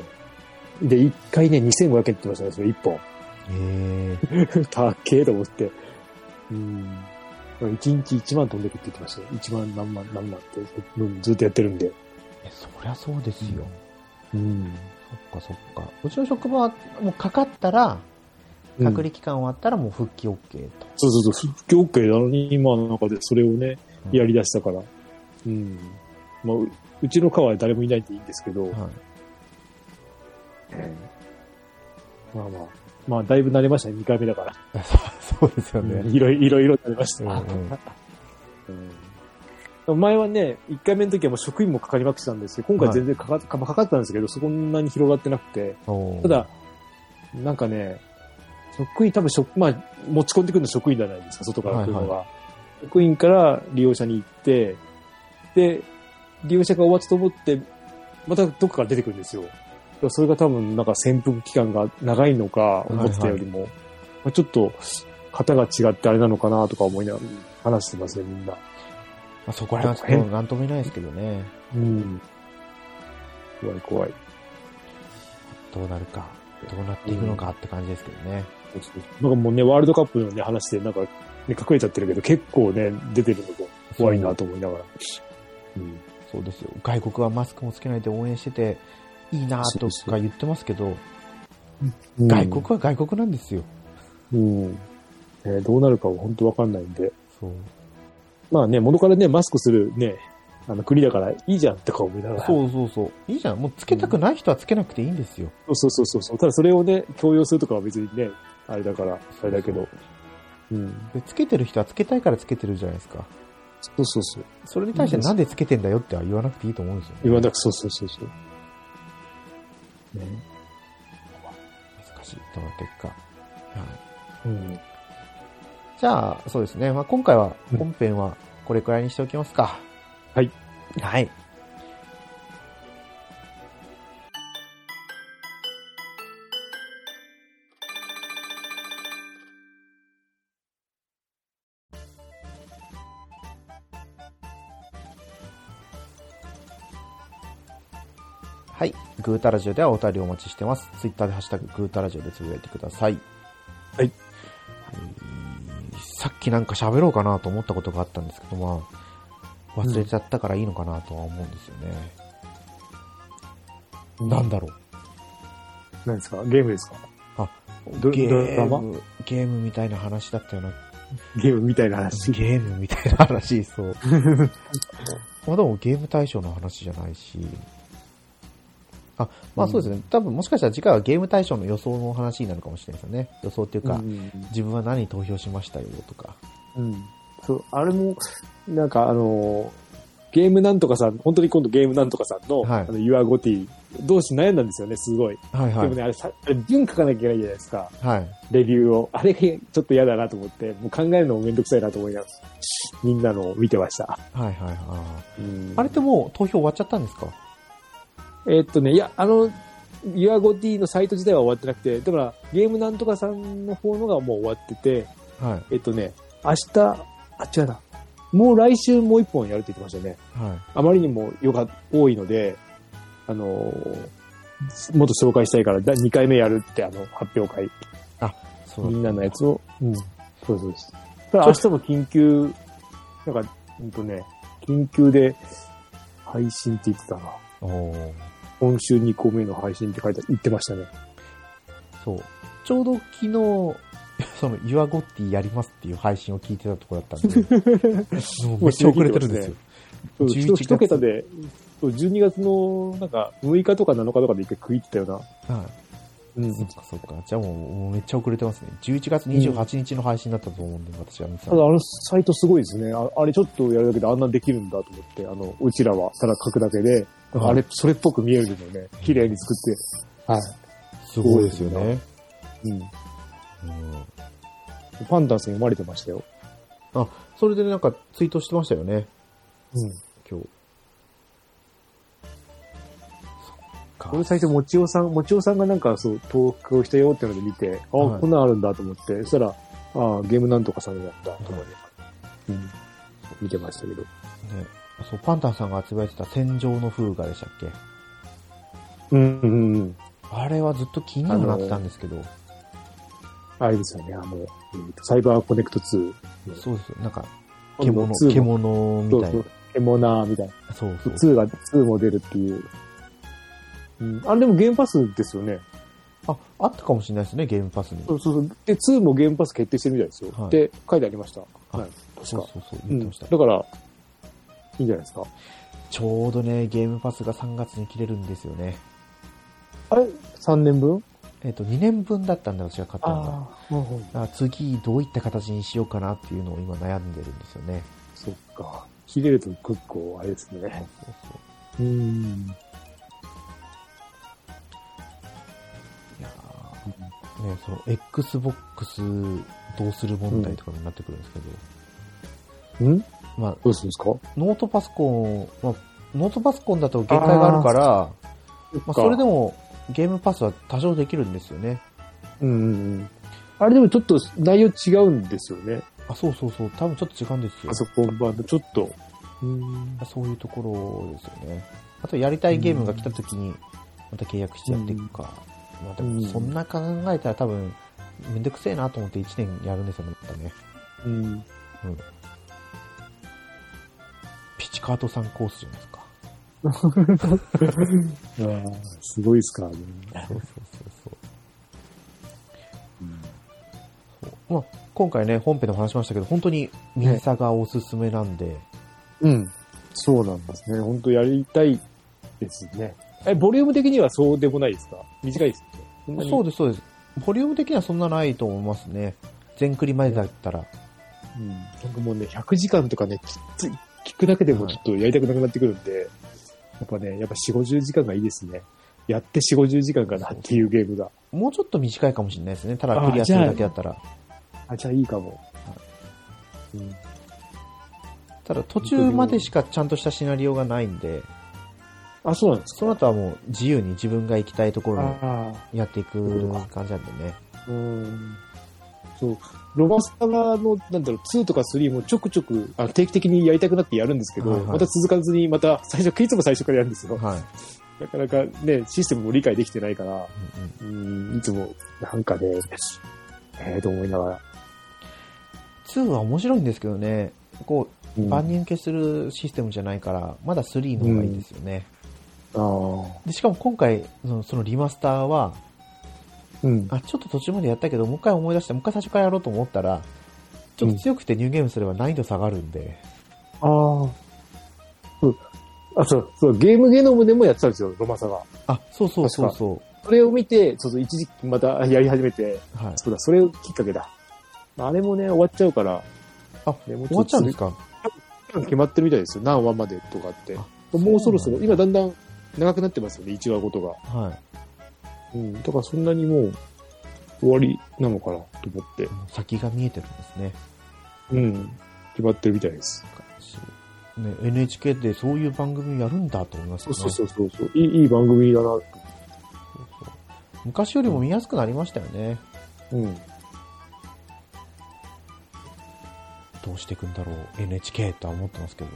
Speaker 2: で、一回ね、2500円って言ってましたね、それ一本。 *laughs*
Speaker 1: ええ
Speaker 2: たっけえと思って。うん。一日一万飛んでくって言ってましたよ。一万何万何万って、うんずっとやってるんで。
Speaker 1: えそりゃそうですよ。
Speaker 2: うん。
Speaker 1: そっかそっか。うちの職場は、もうかかったら、隔離期間終わったらもう復帰 OK と。
Speaker 2: そうそうそう、復帰 OK なのに、今の中でそれをね、
Speaker 1: うん
Speaker 2: やり出したから。うん。まあ、ううちの課は誰もいないんでいいんですけど、
Speaker 1: はい。 *laughs*
Speaker 2: まあまあ、まあ、だいぶ慣れましたね、2回目だから。
Speaker 1: あそうそうですよね。
Speaker 2: いろいろいろいろ慣れました。
Speaker 1: うん
Speaker 2: うん前はね、1回目の時はもう職員もかかりまくってたんですけど、今回全然かか,、かかったんですけど、そんなに広がってなくて、
Speaker 1: おー
Speaker 2: ただ、なんかね、職員、多分職、まあ、持ち込んでくるの職員じゃないですか、外から来るのは。職員から利用者に行って、で、利用者が終わったと思って、またどっかから出てくるんですよ。だからそれが多分、なんか潜伏期間が長いのか、思ってたよりも、まあ、ちょっと、型が違ってあれなのかなとか思いながら話してますね、みんな。
Speaker 1: まあ、そこら辺はちょっとなんとも言えないですけどね。
Speaker 2: うん。怖い怖い。
Speaker 1: どうなるか、どうなっていくのかって感じですけどね。
Speaker 2: なんかもうね、ワールドカップの、ね、話で、なんか、ね、隠れちゃってるけど、結構ね、出てるのも怖いなと思いながら。うん。
Speaker 1: そうですよ。外国はマスクもつけないで応援してて、いいなとか言ってますけど、外国は外国なんですよ。
Speaker 2: うん、えーどうなるかは本当わかんないんで。
Speaker 1: そう。
Speaker 2: まあね、元からね、マスクするね、あの国だからいいじゃんとか思いながら。
Speaker 1: そうそうそう。いいじゃん。もうつけたくない人はつけなくていいんですよ。
Speaker 2: そうそうそうそう。ただそれをね、強要するとかは別にね、あれだから、あれだけど。うん。
Speaker 1: で、つけてる人はつけたいからつけてるじゃないですか。
Speaker 2: そうそうそう。
Speaker 1: それに対してなんでつけてんだよっては言わなくていいと思うんですよ、ね。
Speaker 2: 言わなく、そうそうそうそう。ね。
Speaker 1: 難しいと思っていくか。はい
Speaker 2: うん。
Speaker 1: じゃあ、そうですね。まあ、今回は
Speaker 2: う、ん
Speaker 1: 本編はこれくらいにしておきますか。
Speaker 2: はい。
Speaker 1: はい。はい。グータラジオではお便りお待ちしてます。ツイッターでハッシュタググータラジオでつぶやいてください。
Speaker 2: はい
Speaker 1: えー。さっきなんか喋ろうかなと思ったことがあったんですけど、まあ、忘れちゃったからいいのかなとは思うんですよね。なんだろう。
Speaker 2: 何ですかゲームですかど
Speaker 1: ゲ
Speaker 2: ドラ
Speaker 1: ー
Speaker 2: マ
Speaker 1: ム、ゲームみたいな話だったような。
Speaker 2: ゲームみたいな話。
Speaker 1: ゲームみたいな話、
Speaker 2: *laughs*
Speaker 1: そう。まあでもゲーム対象の話じゃないし。あ、まあそうですね。多分もしかしたら次回はゲーム対象の予想の話になるかもしれないですよね。予想っていうか、
Speaker 2: うん
Speaker 1: 自分は何に投票しましたよとか。
Speaker 2: うん。そう、あれも、なんかあのーゲームなんとかさん、本当に今度ゲームなんとかさんの、
Speaker 1: はい
Speaker 2: あの、ユアゴティ、同士悩んだんですよね、すごい。
Speaker 1: はいは
Speaker 2: で
Speaker 1: い
Speaker 2: も。ね、あれさ、あれ文書かなきゃいけないじゃないですか、
Speaker 1: はい。
Speaker 2: レビューを。あれがちょっと嫌だなと思って、もう考えるのもめんどくさいなと思いながら、みんなのを見てました。
Speaker 1: はいはいあ
Speaker 2: うん
Speaker 1: ー。あれってもう投票終わっちゃったんですか
Speaker 2: えーっとね、いや、あの、ユアゴティのサイト自体は終わってなくて、だから、ゲームなんとかさんの方のがもう終わってて、
Speaker 1: はい。
Speaker 2: えっとね、明日、あ、違うな。もう来週もう一本やるって言ってましたよね。
Speaker 1: はい。
Speaker 2: あまりにもよが多いので、あのーもっと紹介したいから、だ2回目やるって、あの、発表会、
Speaker 1: そう
Speaker 2: みんなのやつを、うん、そうですそうです。ただ明日も緊急、なんか、うんとね、緊急で配信って言ってたな。
Speaker 1: おー
Speaker 2: 今週2個目の配信って書いて、言ってましたね。
Speaker 1: そう。ちょうど昨日、 *laughs* その、ユアゴッティやりますっていう配信を聞いてたとこだったん
Speaker 2: *laughs*
Speaker 1: で、もうめっちゃ遅れてるんですよ。
Speaker 2: そう
Speaker 1: 11
Speaker 2: 1,
Speaker 1: 月
Speaker 2: 桁で、そう12月の、なんか、6日とか7日とかで一回食いってたよな。
Speaker 1: はい。
Speaker 2: うん
Speaker 1: そっかそっか。じゃあもう、もうめっちゃ遅れてますね。11月28日の配信だったと思うんで、私は見てた
Speaker 2: ただあのサイトすごいですね。ああれちょっとやるだけであんなできるんだと思って、あの、うちらはただ書くだけで、
Speaker 1: はい
Speaker 2: あれ、それっぽく見えるんですよね。綺麗に作って。はい。
Speaker 1: すごいですよね。
Speaker 2: うん。
Speaker 1: うん
Speaker 2: パンダンスに読まれてましたよ。
Speaker 1: それでなんかツイートしてましたよね、
Speaker 2: うん。
Speaker 1: 今日。そっ
Speaker 2: こ
Speaker 1: か
Speaker 2: のサイト、もちおさん、もちおさんがなんかそう、投稿したよってので見て、あ、
Speaker 1: はい
Speaker 2: こんなんあるんだと思って、そしたら、あゲームなんとかさんやったと思って、うん。見てましたけど。
Speaker 1: ね、そう、パンタンさんがつぶやいてた戦場の風雅でしたっけ
Speaker 2: うん、うん、うん。
Speaker 1: あれはずっと気にはなってたんですけど、
Speaker 2: あれですよね、あの、えーとサイバーコネクト2。
Speaker 1: そうですよ。なんか、
Speaker 2: 今
Speaker 1: 獣、
Speaker 2: 度2も
Speaker 1: 獣みたい
Speaker 2: そ
Speaker 1: な
Speaker 2: う。そう。モナーみたいな。
Speaker 1: そうそう
Speaker 2: 2が、2も出るっていう。うん、あれでもゲームパスですよね。
Speaker 1: あ、あったかもしれないですね、ゲームパスに。
Speaker 2: そうそうそう。で、2もゲームパス決定してるみたいですよ。
Speaker 1: はい
Speaker 2: って書いてありました。
Speaker 1: あ
Speaker 2: はい。確
Speaker 1: そう
Speaker 2: か。
Speaker 1: そうそう、
Speaker 2: う
Speaker 1: 言って
Speaker 2: ん、
Speaker 1: ました
Speaker 2: だ。から、いいんじゃないですか。
Speaker 1: ちょうどね、ゲームパスが3月に切れるんですよね。
Speaker 2: あれ ?3 年分
Speaker 1: えっ、と、2年分だったんで私が買ったのが。
Speaker 2: あ。うんうん
Speaker 1: だから次、どういった形にしようかなっていうのを今悩んでるんですよね。
Speaker 2: そっか。切れると結構、あれです
Speaker 1: そう
Speaker 2: ね。
Speaker 1: そうそう
Speaker 2: うん。
Speaker 1: いやーね、その Xbox どうする問題とかになってくるんですけど、
Speaker 2: んど
Speaker 1: ま
Speaker 2: うするんですか
Speaker 1: あ、ノートパソコン、まあ、ノートパソコンだと限界があるから、まあ、それで
Speaker 2: も。
Speaker 1: もゲームパスは多少できるんですよね。
Speaker 2: うんうんうん。あれでもちょっと内容違うんですよね。
Speaker 1: あ、そうそうそう、多分ちょっと違うんですよ
Speaker 2: パ。ソコン版のちょっと。うん
Speaker 1: そういうところですよね。あと、やりたいゲームが来た時に、また契約してやっていくか。まあ、でも、そんな考えたら多分、めんどくせえなと思って1年やるんですよね。またね
Speaker 2: うん。
Speaker 1: うん。ピチカートさんコースじゃないですか。
Speaker 2: あーすごいですからね。
Speaker 1: *laughs* そうそうそうそう。まあ、今回ね、本編でも話しましたけど、本当にミニサがおすすめなんで、
Speaker 2: うん。そうなんですね。本当やりたいですね。え、ボリューム的にはそうでもないですか短いですよねそんなに。
Speaker 1: そうです、そうです。ボリューム的にはそんなないと思いますね。全クリ前だったら。
Speaker 2: うん。なんかもうね、100時間とかね、きつい、聞くだけでもちょっとやりたくなくなってくるんで、やっぱね、やっぱ4、50時間がいいですね。やって4、50時間かなっていうゲームが。
Speaker 1: もうちょっと短いかもしれないですね。ただクリアするだけだったら。
Speaker 2: あ、じゃあいいかも。うん、
Speaker 1: ただ途中までしかちゃんとしたシナリオがないんで、
Speaker 2: あ、そうなんです
Speaker 1: その後はもう自由に自分が行きたいとこ
Speaker 2: か。
Speaker 1: ろ
Speaker 2: ああ。
Speaker 1: にやっていく感じなんでね。
Speaker 2: うんそう。ロバスタ側の、なんだろう、2とか3もちょくちょく、あ定期的にやりたくなってやるんですけど、
Speaker 1: はいはい
Speaker 2: また続かずに、また最初、いつも最初からやるんですよ。
Speaker 1: はい。
Speaker 2: なかなかね、システムも理解できてないから、
Speaker 1: うんうん
Speaker 2: うん、いつも、なんかね、ええと思いながら。
Speaker 1: 2は面白いんですけどね、こ
Speaker 2: う
Speaker 1: う、
Speaker 2: ん
Speaker 1: 万人受けするシステムじゃないから、まだ3の方がいいですよね。
Speaker 2: ああ。
Speaker 1: で、しかも今回、そのそのリマスターは、
Speaker 2: うん。
Speaker 1: あ、ちょっと途中までやったけど、もう一回思い出して、もう一回最初からやろうと思ったら、ちょっと強くてニューゲームすれば難易度下がるんで、
Speaker 2: ああ。うん。あ、そう、そう、ゲームゲノムでもやってたんですよ、ロマサが。
Speaker 1: あ、そうそうそうそ
Speaker 2: それを見て、そうそう、一時期またやり始めて、
Speaker 1: う。はい。
Speaker 2: そうだ、それをきっかけだ。あれもね、終わっちゃうから、
Speaker 1: あ、
Speaker 2: ね、も
Speaker 1: 終わっちゃうんです
Speaker 2: か
Speaker 1: か
Speaker 2: 決まってるみたいですよ。何話までとかって
Speaker 1: あ。
Speaker 2: もうそろそ
Speaker 1: そう
Speaker 2: ろ、
Speaker 1: なん
Speaker 2: 今
Speaker 1: だ
Speaker 2: だんだん長くなってますよね、1話ごとが。
Speaker 1: はい。
Speaker 2: うん。だからそんなにもう、終わりなのかなと思って。
Speaker 1: 先が見えてるんですね。
Speaker 2: うん。決まってるみたいです。
Speaker 1: ね、NHK でそういう番組やるんだと思います
Speaker 2: そう
Speaker 1: ね。
Speaker 2: そうそうそうそう。いいいい番組だな。
Speaker 1: 昔よりも見やすくなりましたよね。
Speaker 2: うん。
Speaker 1: どうしていくんだろう、NHK とは思ってますけど。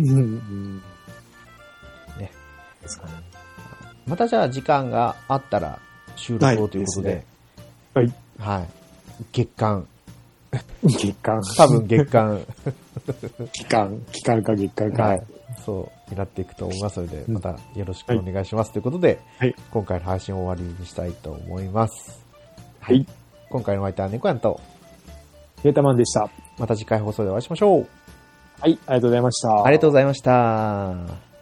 Speaker 2: うん。
Speaker 1: ね。
Speaker 2: ですかね。
Speaker 1: またじゃあ時間があったら収録
Speaker 2: は
Speaker 1: を
Speaker 2: い
Speaker 1: ということで。
Speaker 2: ですね
Speaker 1: はい。月間。
Speaker 2: 月間。
Speaker 1: 多分月間。
Speaker 2: 期間。期間か月間か。
Speaker 1: はい。そう、になっていくと思いますので、
Speaker 2: うん
Speaker 1: またよろしくお願いします。ということで、
Speaker 2: はい
Speaker 1: 今回の配信を終わりにしたいと思います。
Speaker 2: はい。
Speaker 1: 今回のお相手は猫やんと、
Speaker 2: ネタマンでした。
Speaker 1: また次回放送でお会いしましょう。
Speaker 2: はい、ありがとうございました。
Speaker 1: ありがとうございました。